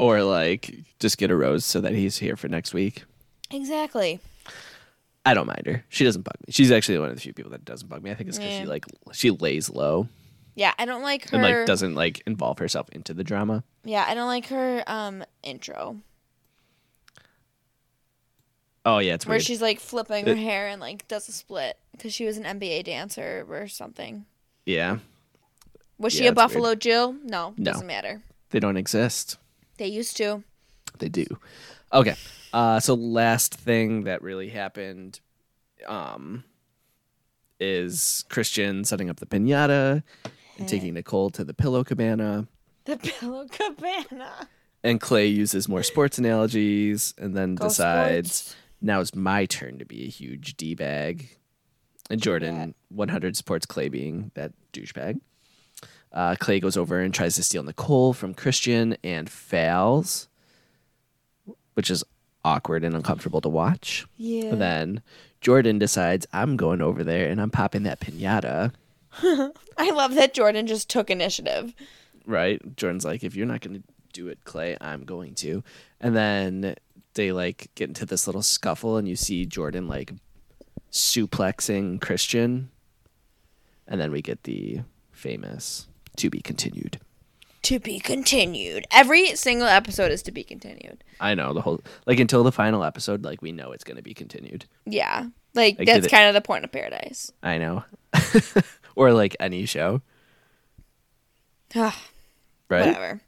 Speaker 3: Or like, just get a rose so that he's here for next week.
Speaker 4: Exactly.
Speaker 3: I don't mind her. She doesn't bug me. She's actually one of the few people that doesn't bug me. I think it's because
Speaker 4: Yeah.
Speaker 3: she like she lays low
Speaker 4: Yeah, I don't like her.
Speaker 3: and like doesn't like involve herself into the drama.
Speaker 4: yeah, I don't like her um intro
Speaker 3: Oh yeah, it's
Speaker 4: where
Speaker 3: weird.
Speaker 4: she's like flipping her
Speaker 3: It-
Speaker 4: hair and like does a split because she was an NBA dancer or something.
Speaker 3: yeah,
Speaker 4: Was she
Speaker 3: Yeah,
Speaker 4: a
Speaker 3: it's
Speaker 4: Buffalo Jill? No,
Speaker 3: No.
Speaker 4: doesn't matter.
Speaker 3: they don't exist.
Speaker 4: They used to.
Speaker 3: They do. Okay. Uh, so last thing that really happened, um, is Christian setting up the pinata and taking Nicole to the pillow cabana,
Speaker 4: The Pillow Cabana.
Speaker 3: and Clay uses more sports analogies, and then
Speaker 4: Go
Speaker 3: decides
Speaker 4: sports.
Speaker 3: now it's my turn to be a huge d bag, and Jordan 100 supports Clay being that douchebag. Uh, Clay goes over and tries to steal Nicole from Christian and fails, which is awkward and uncomfortable to watch.
Speaker 4: Yeah.
Speaker 3: And then Jordan decides, I'm going over there and I'm popping that pinata.
Speaker 4: I love that Jordan just took initiative.
Speaker 3: Right? Jordan's like, if you're not going to do it, Clay, I'm going to. And then they like get into this little scuffle, and you see Jordan like suplexing Christian. And then we get the famous to be continued.
Speaker 4: To be continued. Every single episode is to be continued.
Speaker 3: I know the whole, like, until the final episode, like, we know it's going to be continued.
Speaker 4: Yeah.
Speaker 3: Like,
Speaker 4: Like,
Speaker 3: did
Speaker 4: that's
Speaker 3: it-
Speaker 4: kind of the point of Paradise.
Speaker 3: I know. or like any show.
Speaker 4: Ugh,
Speaker 3: Right?
Speaker 4: Whatever.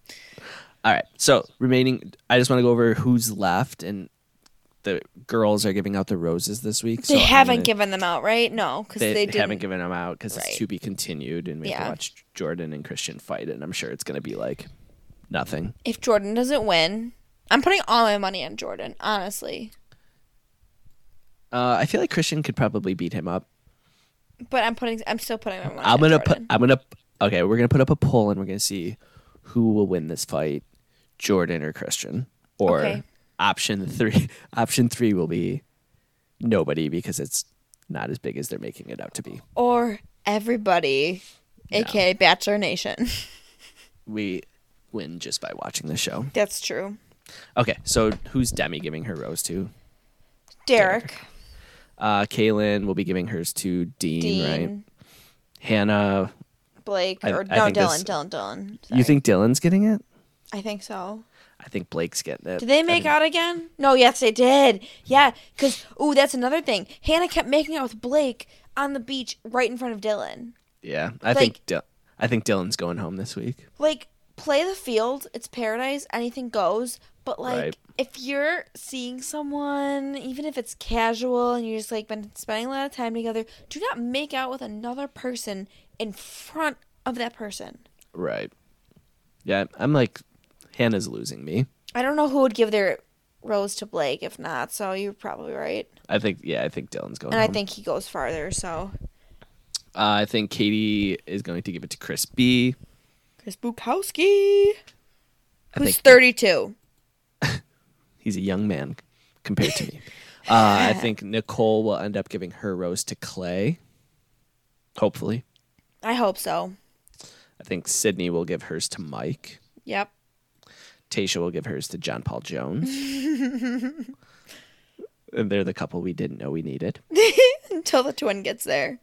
Speaker 3: All right. So remaining, I just want to go over who's left, and the girls are giving out the roses this week.
Speaker 4: They
Speaker 3: so I'm
Speaker 4: haven't
Speaker 3: gonna-
Speaker 4: given them out, right? No, because
Speaker 3: They,
Speaker 4: they, didn't.
Speaker 3: haven't given them out because
Speaker 4: Right.
Speaker 3: it's to be continued, and we have
Speaker 4: Yeah.
Speaker 3: to watch Jordan and Christian fight, and I'm sure it's going to be like nothing.
Speaker 4: if Jordan doesn't win, I'm putting all my money on Jordan, honestly.
Speaker 3: Uh, I feel like Christian could probably beat him up.
Speaker 4: But I'm putting, I'm still putting my money.
Speaker 3: I'm
Speaker 4: on
Speaker 3: gonna put.
Speaker 4: Jordan.
Speaker 3: I'm gonna. Okay, we're gonna put up a poll, and we're gonna see who will win this fight, Jordan or Christian, or
Speaker 4: Okay.
Speaker 3: option three. option three will be nobody because it's not as big as they're making it out to be.
Speaker 4: or everybody, aka Bachelor Nation.
Speaker 3: we win just by watching the show.
Speaker 4: That's true.
Speaker 3: Okay, so who's Demi giving her rose to?
Speaker 4: Derek,
Speaker 3: Uh, Kaylin will be giving hers to Dean,
Speaker 4: Dean,
Speaker 3: right? Hannah,
Speaker 4: Blake,
Speaker 3: I-
Speaker 4: or
Speaker 3: I
Speaker 4: no,
Speaker 3: think
Speaker 4: Dylan,
Speaker 3: this-
Speaker 4: Dylan, Dylan.
Speaker 3: you
Speaker 4: Sorry.
Speaker 3: think Dylan's getting it?
Speaker 4: I think so.
Speaker 3: I think Blake's getting it.
Speaker 4: Did they make out again? No, yes, they did. Yeah, because, ooh, that's another thing. Hannah kept making out with Blake on the beach right in front of Dylan.
Speaker 3: Yeah, I think Dil- I think Dylan's going home this week.
Speaker 4: Like, play the field. It's paradise. Anything goes. But, like,
Speaker 3: Right.
Speaker 4: if you're seeing someone, even if it's casual and you're just, like, been spending a lot of time together, do not make out with another person in front of that person.
Speaker 3: Right. Yeah, I'm like Hannah's losing me.
Speaker 4: I don't know who would give their rose to Blake if not, so you're probably right.
Speaker 3: I think yeah, I think Dylan's going.
Speaker 4: And I
Speaker 3: home.
Speaker 4: think he goes farther, so.
Speaker 3: uh, I think Katie is going to give it to Chris B.
Speaker 4: Chris Bukowski.
Speaker 3: I
Speaker 4: Who's
Speaker 3: think
Speaker 4: 32?
Speaker 3: he's a young man compared to me. uh, I think Nicole will end up giving her rose to Clay. Hopefully,
Speaker 4: I hope so.
Speaker 3: I think Sydney will give hers to Mike.
Speaker 4: Yep.
Speaker 3: Tasha will give hers to John Paul Jones. and they're the couple we didn't know we needed.
Speaker 4: Until the twin gets there.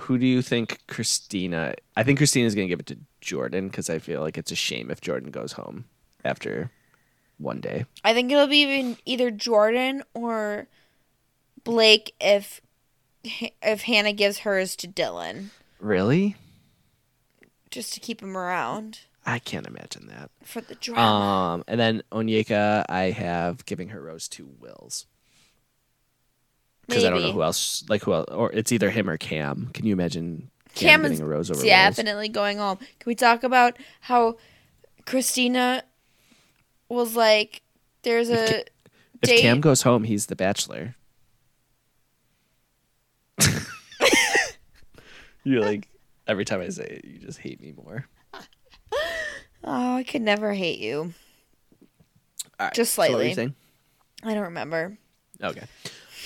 Speaker 3: Who do you think Christina? I think Christina's going to give it to Jordan because I feel like it's a shame if Jordan goes home after one day.
Speaker 4: I think it'll be even either Jordan or Blake if if Hannah gives hers to Dylan
Speaker 3: Really?
Speaker 4: just to keep him around
Speaker 3: I can't imagine that.
Speaker 4: for the drama.
Speaker 3: Um, and then Onyeka, I have giving her rose to Wills because Uh, I don't know
Speaker 4: Maybe.
Speaker 3: who else. Like who else? Or it's either him or Cam. Can you imagine Cam,
Speaker 4: Cam is
Speaker 3: getting a rose over Wills?
Speaker 4: definitely going home. Can we talk about how Christina was like there's a
Speaker 3: If
Speaker 4: date
Speaker 3: Cam goes home, he's the bachelor. You're like every time I say it, you just hate me more.
Speaker 4: Oh, I could never hate you.
Speaker 3: All right,
Speaker 4: Just
Speaker 3: so what were
Speaker 4: slightly.
Speaker 3: you saying?
Speaker 4: I don't remember.
Speaker 3: Okay.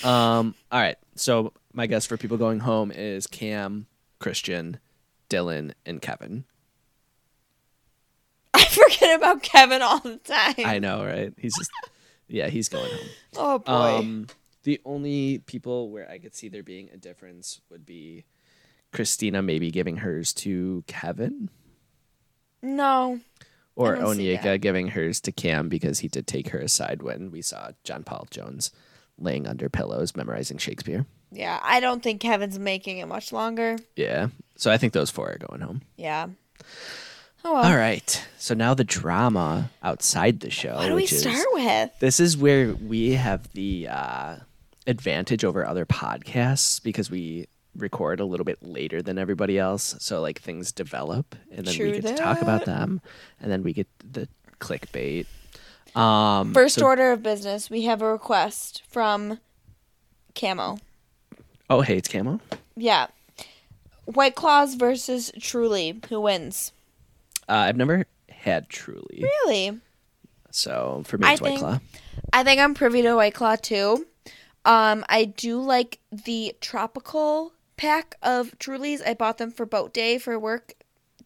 Speaker 3: Um. All right. So my guess for people going home is Cam, Christian, Dylan, and Kevin.
Speaker 4: I forget about Kevin all the time.
Speaker 3: I know, right? He's just, yeah, he's going home.
Speaker 4: oh boy.
Speaker 3: Um, the only people where I could see there being a difference would be Christina maybe giving hers to Kevin
Speaker 4: no.
Speaker 3: or
Speaker 4: I don't see
Speaker 3: Onyeka giving hers to Cam because he did take her aside when we saw John Paul Jones laying under pillows memorizing Shakespeare.
Speaker 4: Yeah, I don't think Kevin's making it much longer.
Speaker 3: Yeah. So I think those four are going home.
Speaker 4: Yeah. Oh well.
Speaker 3: All right. So now the drama outside the show.
Speaker 4: What do we
Speaker 3: which is-
Speaker 4: start with?
Speaker 3: This is where we have the uh, advantage over other podcasts because we record a little bit later than everybody else. So like things develop, and then
Speaker 4: True
Speaker 3: we get to talk about them, and then we get the clickbait. Um,
Speaker 4: First
Speaker 3: so-
Speaker 4: order of business, we have a request from Camo.
Speaker 3: Oh, hey, it's Camo.
Speaker 4: Yeah. White Claws versus Truly. Who wins?
Speaker 3: Uh, I've never had Truly,
Speaker 4: Really?
Speaker 3: so for me
Speaker 4: I
Speaker 3: it's White
Speaker 4: think-
Speaker 3: Claw.
Speaker 4: I think I'm privy to White Claw too. Um, I do like the tropical pack of Trulies. I bought them for boat day for work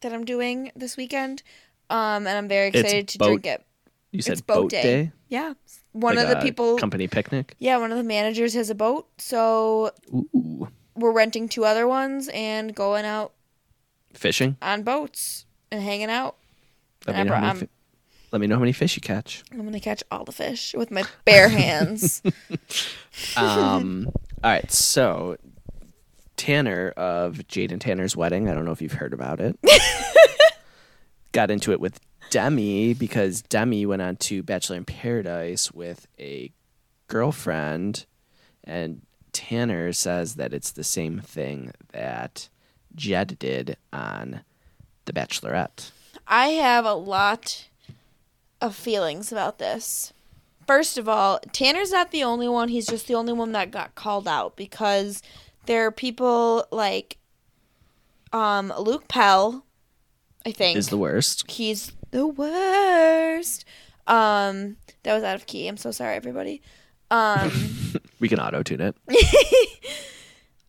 Speaker 4: that I'm doing this weekend. Um, and I'm very
Speaker 3: It's
Speaker 4: excited to
Speaker 3: boat-
Speaker 4: drink it.
Speaker 3: You said
Speaker 4: it's
Speaker 3: boat,
Speaker 4: boat
Speaker 3: day.
Speaker 4: day. Yeah. One
Speaker 3: Like
Speaker 4: of the
Speaker 3: a
Speaker 4: people
Speaker 3: company picnic.
Speaker 4: Yeah, one of the managers has a boat, so
Speaker 3: Ooh,
Speaker 4: we're renting two other ones and going out
Speaker 3: fishing.
Speaker 4: on boats and hanging out.
Speaker 3: Let
Speaker 4: I
Speaker 3: me know how
Speaker 4: brought-
Speaker 3: many. fi- let me know how many fish you catch.
Speaker 4: I'm gonna catch all the fish with my bare hands.
Speaker 3: um, all right, so Tanner of Jaden Tanner's wedding. I don't know if you've heard about it. got into it with Demi because Demi went on to Bachelor in Paradise with a girlfriend, and Tanner says that it's the same thing that Jed did on The Bachelorette.
Speaker 4: I have a lot of feelings about this. First of all, Tanner's not the only one. He's just the only one that got called out because there are people like um, Luke Pell, I think.
Speaker 3: Is the worst.
Speaker 4: he's the worst. Um, that was out of key. I'm so sorry, everybody. Um,
Speaker 3: We can auto tune it.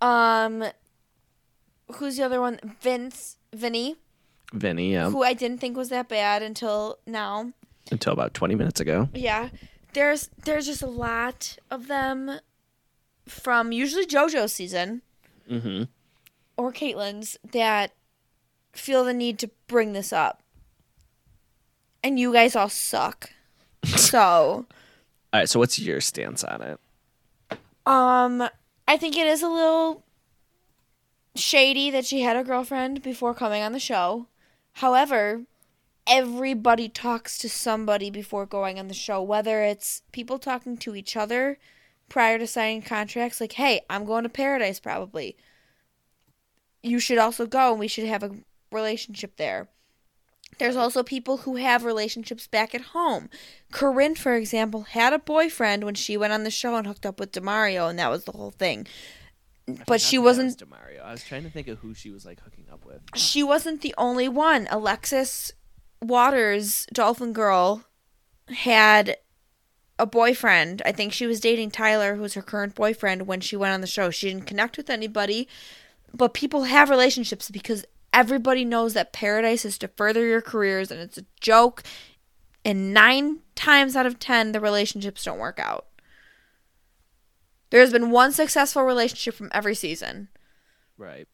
Speaker 4: um, who's the other one? Vince, Vinny.
Speaker 3: Vinny, yeah,
Speaker 4: who I didn't think was that bad until now.
Speaker 3: until about 20 minutes ago.
Speaker 4: Yeah, there's there's just a lot of them from usually JoJo's season
Speaker 3: Mm-hmm.
Speaker 4: or Caitlyn's that feel the need to bring this up, and you guys all suck. so,
Speaker 3: All right, so what's your stance on it?
Speaker 4: um, I think it is a little shady that she had a girlfriend before coming on the show. However, everybody talks to somebody before going on the show, whether it's people talking to each other prior to signing contracts, like, hey, I'm going to paradise probably. You should also go and we should have a relationship there. There's also people who have relationships back at home. Corinne, for example, had a boyfriend when she went on the show and hooked up with Demario, and that was the whole thing. But she wasn't
Speaker 3: Demario. I was trying to think of who she was like hooking up with.
Speaker 4: she wasn't the only one. Alexis Waters, Dolphin Girl, had a boyfriend. I think she was dating Tyler, who's her current boyfriend, when she went on the show. She didn't connect with anybody, but people have relationships because everybody knows that paradise is to further your careers and it's a joke. And nine times out of ten, the relationships don't work out. There has been one successful relationship from every season.
Speaker 3: Right.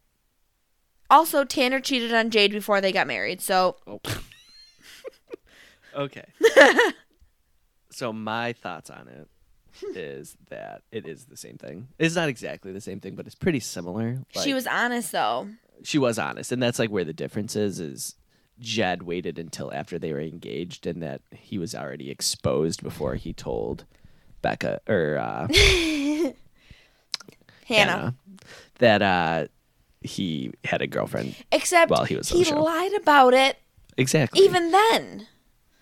Speaker 4: Also, Tanner cheated on Jade before they got married, so
Speaker 3: Oh. okay. so my thoughts on it is that it is the same thing. It's not exactly the same thing, but it's pretty similar.
Speaker 4: she
Speaker 3: Like,
Speaker 4: was honest though.
Speaker 3: she was honest, and that's like where the difference is. Is Jed waited until after they were engaged, and that he was already exposed before he told Becca or uh,
Speaker 4: Hannah.
Speaker 3: Hannah that uh, he had a girlfriend.
Speaker 4: Except
Speaker 3: Well, he was on
Speaker 4: he
Speaker 3: the show.
Speaker 4: lied about it
Speaker 3: Exactly.
Speaker 4: even then.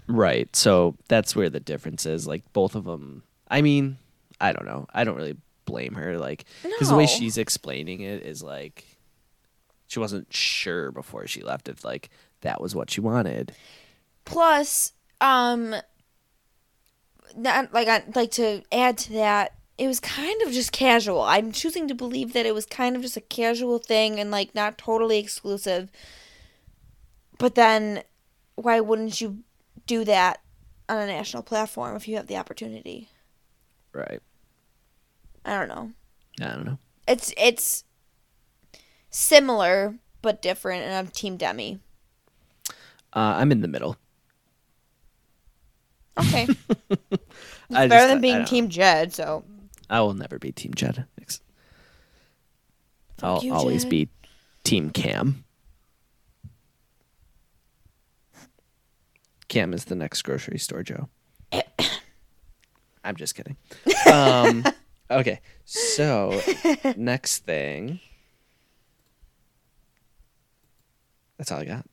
Speaker 3: Right. So that's where the difference is. Like both of them. I mean, I don't know. I don't really blame her. Like because the way
Speaker 4: No.
Speaker 3: she's explaining it is like she wasn't sure before she left if like that was what she wanted.
Speaker 4: Plus, um not, like I, like to add to that, it was kind of just casual. I'm choosing to believe that it was kind of just a casual thing and like not totally exclusive. But then why wouldn't you do that on a national platform if you have the opportunity?
Speaker 3: Right.
Speaker 4: I don't know.
Speaker 3: I don't know.
Speaker 4: it's it's similar but different and i'm team demi
Speaker 3: Uh, I'm in the middle.
Speaker 4: okay it's
Speaker 3: I
Speaker 4: better
Speaker 3: just-
Speaker 4: than
Speaker 3: I
Speaker 4: being
Speaker 3: don't-
Speaker 4: team jed so
Speaker 3: I will never be Team Jed. Ex- I'll
Speaker 4: you,
Speaker 3: always
Speaker 4: Jed.
Speaker 3: be Team Cam. Cam is the next grocery store Joe. I'm just kidding. Um, okay, so next thing. That's all I got.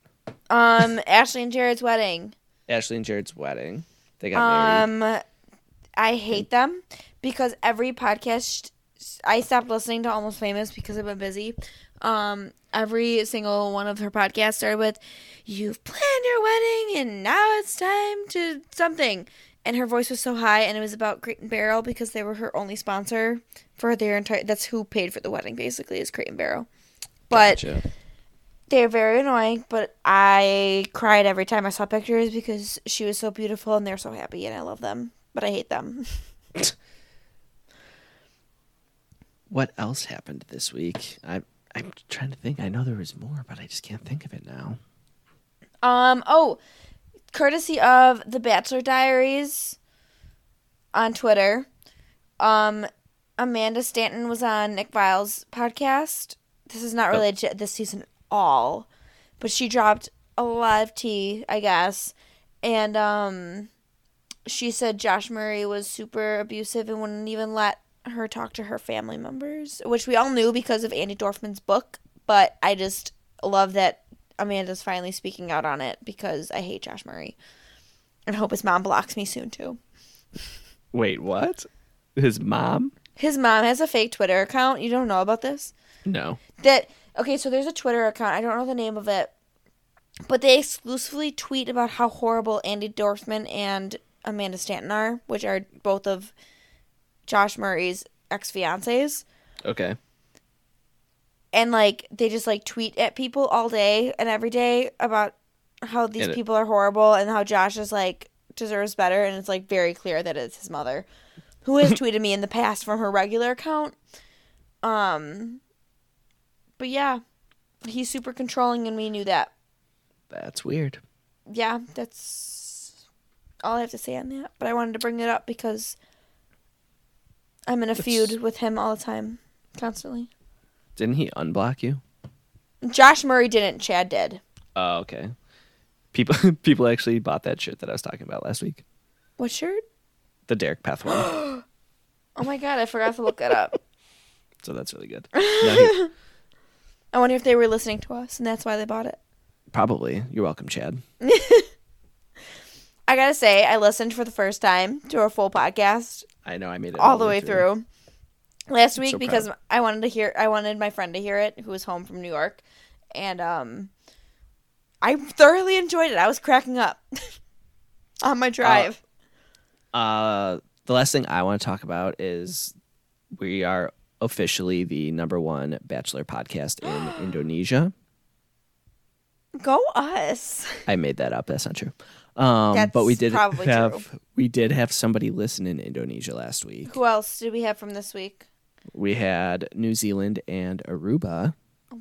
Speaker 4: um ashley and jared's wedding
Speaker 3: Ashley and Jared's wedding. They got married.
Speaker 4: um i hate them because every podcast i stopped listening to almost famous because i've been busy um every single one of her podcasts started with you've planned your wedding and now it's time to something and her voice was so high and it was about crate and barrel because they were her only sponsor for their entire that's who paid for the wedding basically is crate and barrel but
Speaker 3: Gotcha.
Speaker 4: they're very annoying but i cried every time i saw pictures because she was so beautiful and they're so happy and i love them but i hate them
Speaker 3: what else happened this week? I I'm trying to think. I know there was more, but I just can't think of it now.
Speaker 4: um oh courtesy of the bachelor diaries on twitter um amanda stanton was on nick vile's podcast this is not related to this season at all but she dropped a lot of tea i guess and um she said Josh Murray was super abusive and wouldn't even let her talk to her family members, which we all knew because of Andy Dorfman's book. But I just love that Amanda's finally speaking out on it because I hate Josh Murray. And I hope his mom blocks me soon too.
Speaker 3: Wait, what? His mom?
Speaker 4: His mom has a fake Twitter account. You don't know about this?
Speaker 3: No.
Speaker 4: that okay so there's a twitter account i don't know the name of it but they exclusively tweet about how horrible andy dorfman and amanda stanton are which are both of josh murray's ex-fiancés
Speaker 3: Okay.
Speaker 4: and like they just like tweet at people all day and every day about how these
Speaker 3: And it-
Speaker 4: people are horrible and how Josh is like deserves better and it's like very clear that it's his mother who has tweeted me in the past from her regular account um but yeah he's super controlling and we knew that
Speaker 3: That's weird.
Speaker 4: yeah that's all I have to say on that but I wanted to bring it up because I'm in a feud with him all the time constantly
Speaker 3: Didn't he unblock you?
Speaker 4: Josh Murray didn't Chad did
Speaker 3: Oh, okay. People people actually bought that shirt that I was talking about last week.
Speaker 4: what shirt
Speaker 3: The Derek Path one.
Speaker 4: Oh my god, I forgot to look it up.
Speaker 3: so that's really good. No, he-
Speaker 4: I wonder if they were listening to us and that's why they bought it.
Speaker 3: probably. You're welcome, Chad.
Speaker 4: I gotta say, I listened for the first time to our full podcast
Speaker 3: I know I made it
Speaker 4: all the way through last week
Speaker 3: so proud.
Speaker 4: because I wanted to hear, I wanted my friend to hear it who was home from New York, and um, I thoroughly enjoyed it. I was cracking up on my drive.
Speaker 3: Uh, the last thing I want to talk about is we are officially the number one bachelor podcast in Indonesia.
Speaker 4: Go us!
Speaker 3: I made that up. That's not true. Um, but we
Speaker 4: That's
Speaker 3: did
Speaker 4: probably
Speaker 3: have we did have somebody listen in Indonesia last week.
Speaker 4: Who else did we have from this week?
Speaker 3: We had New Zealand and Aruba.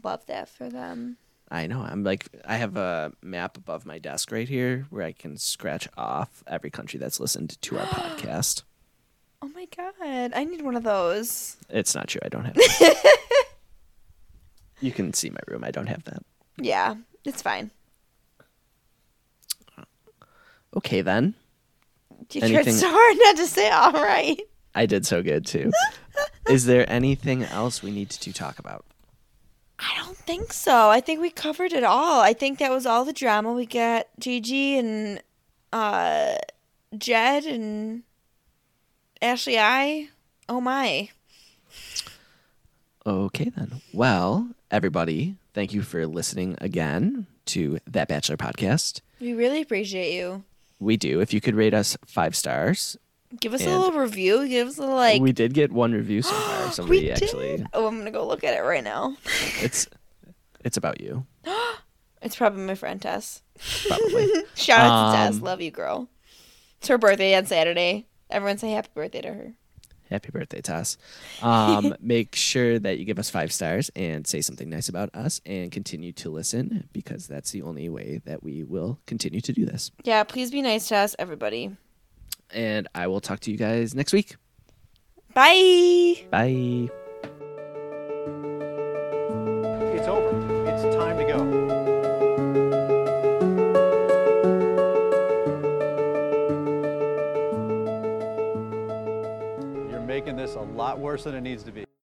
Speaker 4: Love that for them.
Speaker 3: I know. I'm like I have a map above my desk right here where I can scratch off every country that's listened to our podcast.
Speaker 4: Oh my god, I need one of those.
Speaker 3: It's not true. I don't have. That. you can see my room. I don't have that.
Speaker 4: Yeah, it's fine.
Speaker 3: Okay then.
Speaker 4: You
Speaker 3: Anything-
Speaker 4: tried so hard not to say all right.
Speaker 3: I did so good too. Is there anything else we need to talk about?
Speaker 4: I don't think so. I think we covered it all. I think that was all the drama we got. Gigi and uh, Jed and Ashley I. Oh my.
Speaker 3: Okay then. Well, everybody, thank you for listening again to that Bachelor podcast.
Speaker 4: We really appreciate you.
Speaker 3: We do. If you could rate us five stars,
Speaker 4: Give us a
Speaker 3: And-
Speaker 4: little review. Give us a little like.
Speaker 3: we did get one review so far. Somebody
Speaker 4: We did.
Speaker 3: actually,
Speaker 4: Oh, I'm gonna go look at it right now.
Speaker 3: it's it's about you
Speaker 4: It's probably my friend Tess.
Speaker 3: probably.
Speaker 4: Shout out to Tess.
Speaker 3: Um,
Speaker 4: Love you, girl. It's her birthday on Saturday. Everyone say happy birthday to her.
Speaker 3: Happy birthday, Tess. Um, make sure that you give us five stars and say something nice about us and continue to listen because that's the only way that we will continue to do this.
Speaker 4: Yeah, please be nice to us, everybody.
Speaker 3: And I will talk to you guys next week.
Speaker 4: Bye.
Speaker 3: Bye.
Speaker 2: It's over. It's time to go. You're making this a lot worse than it needs to be.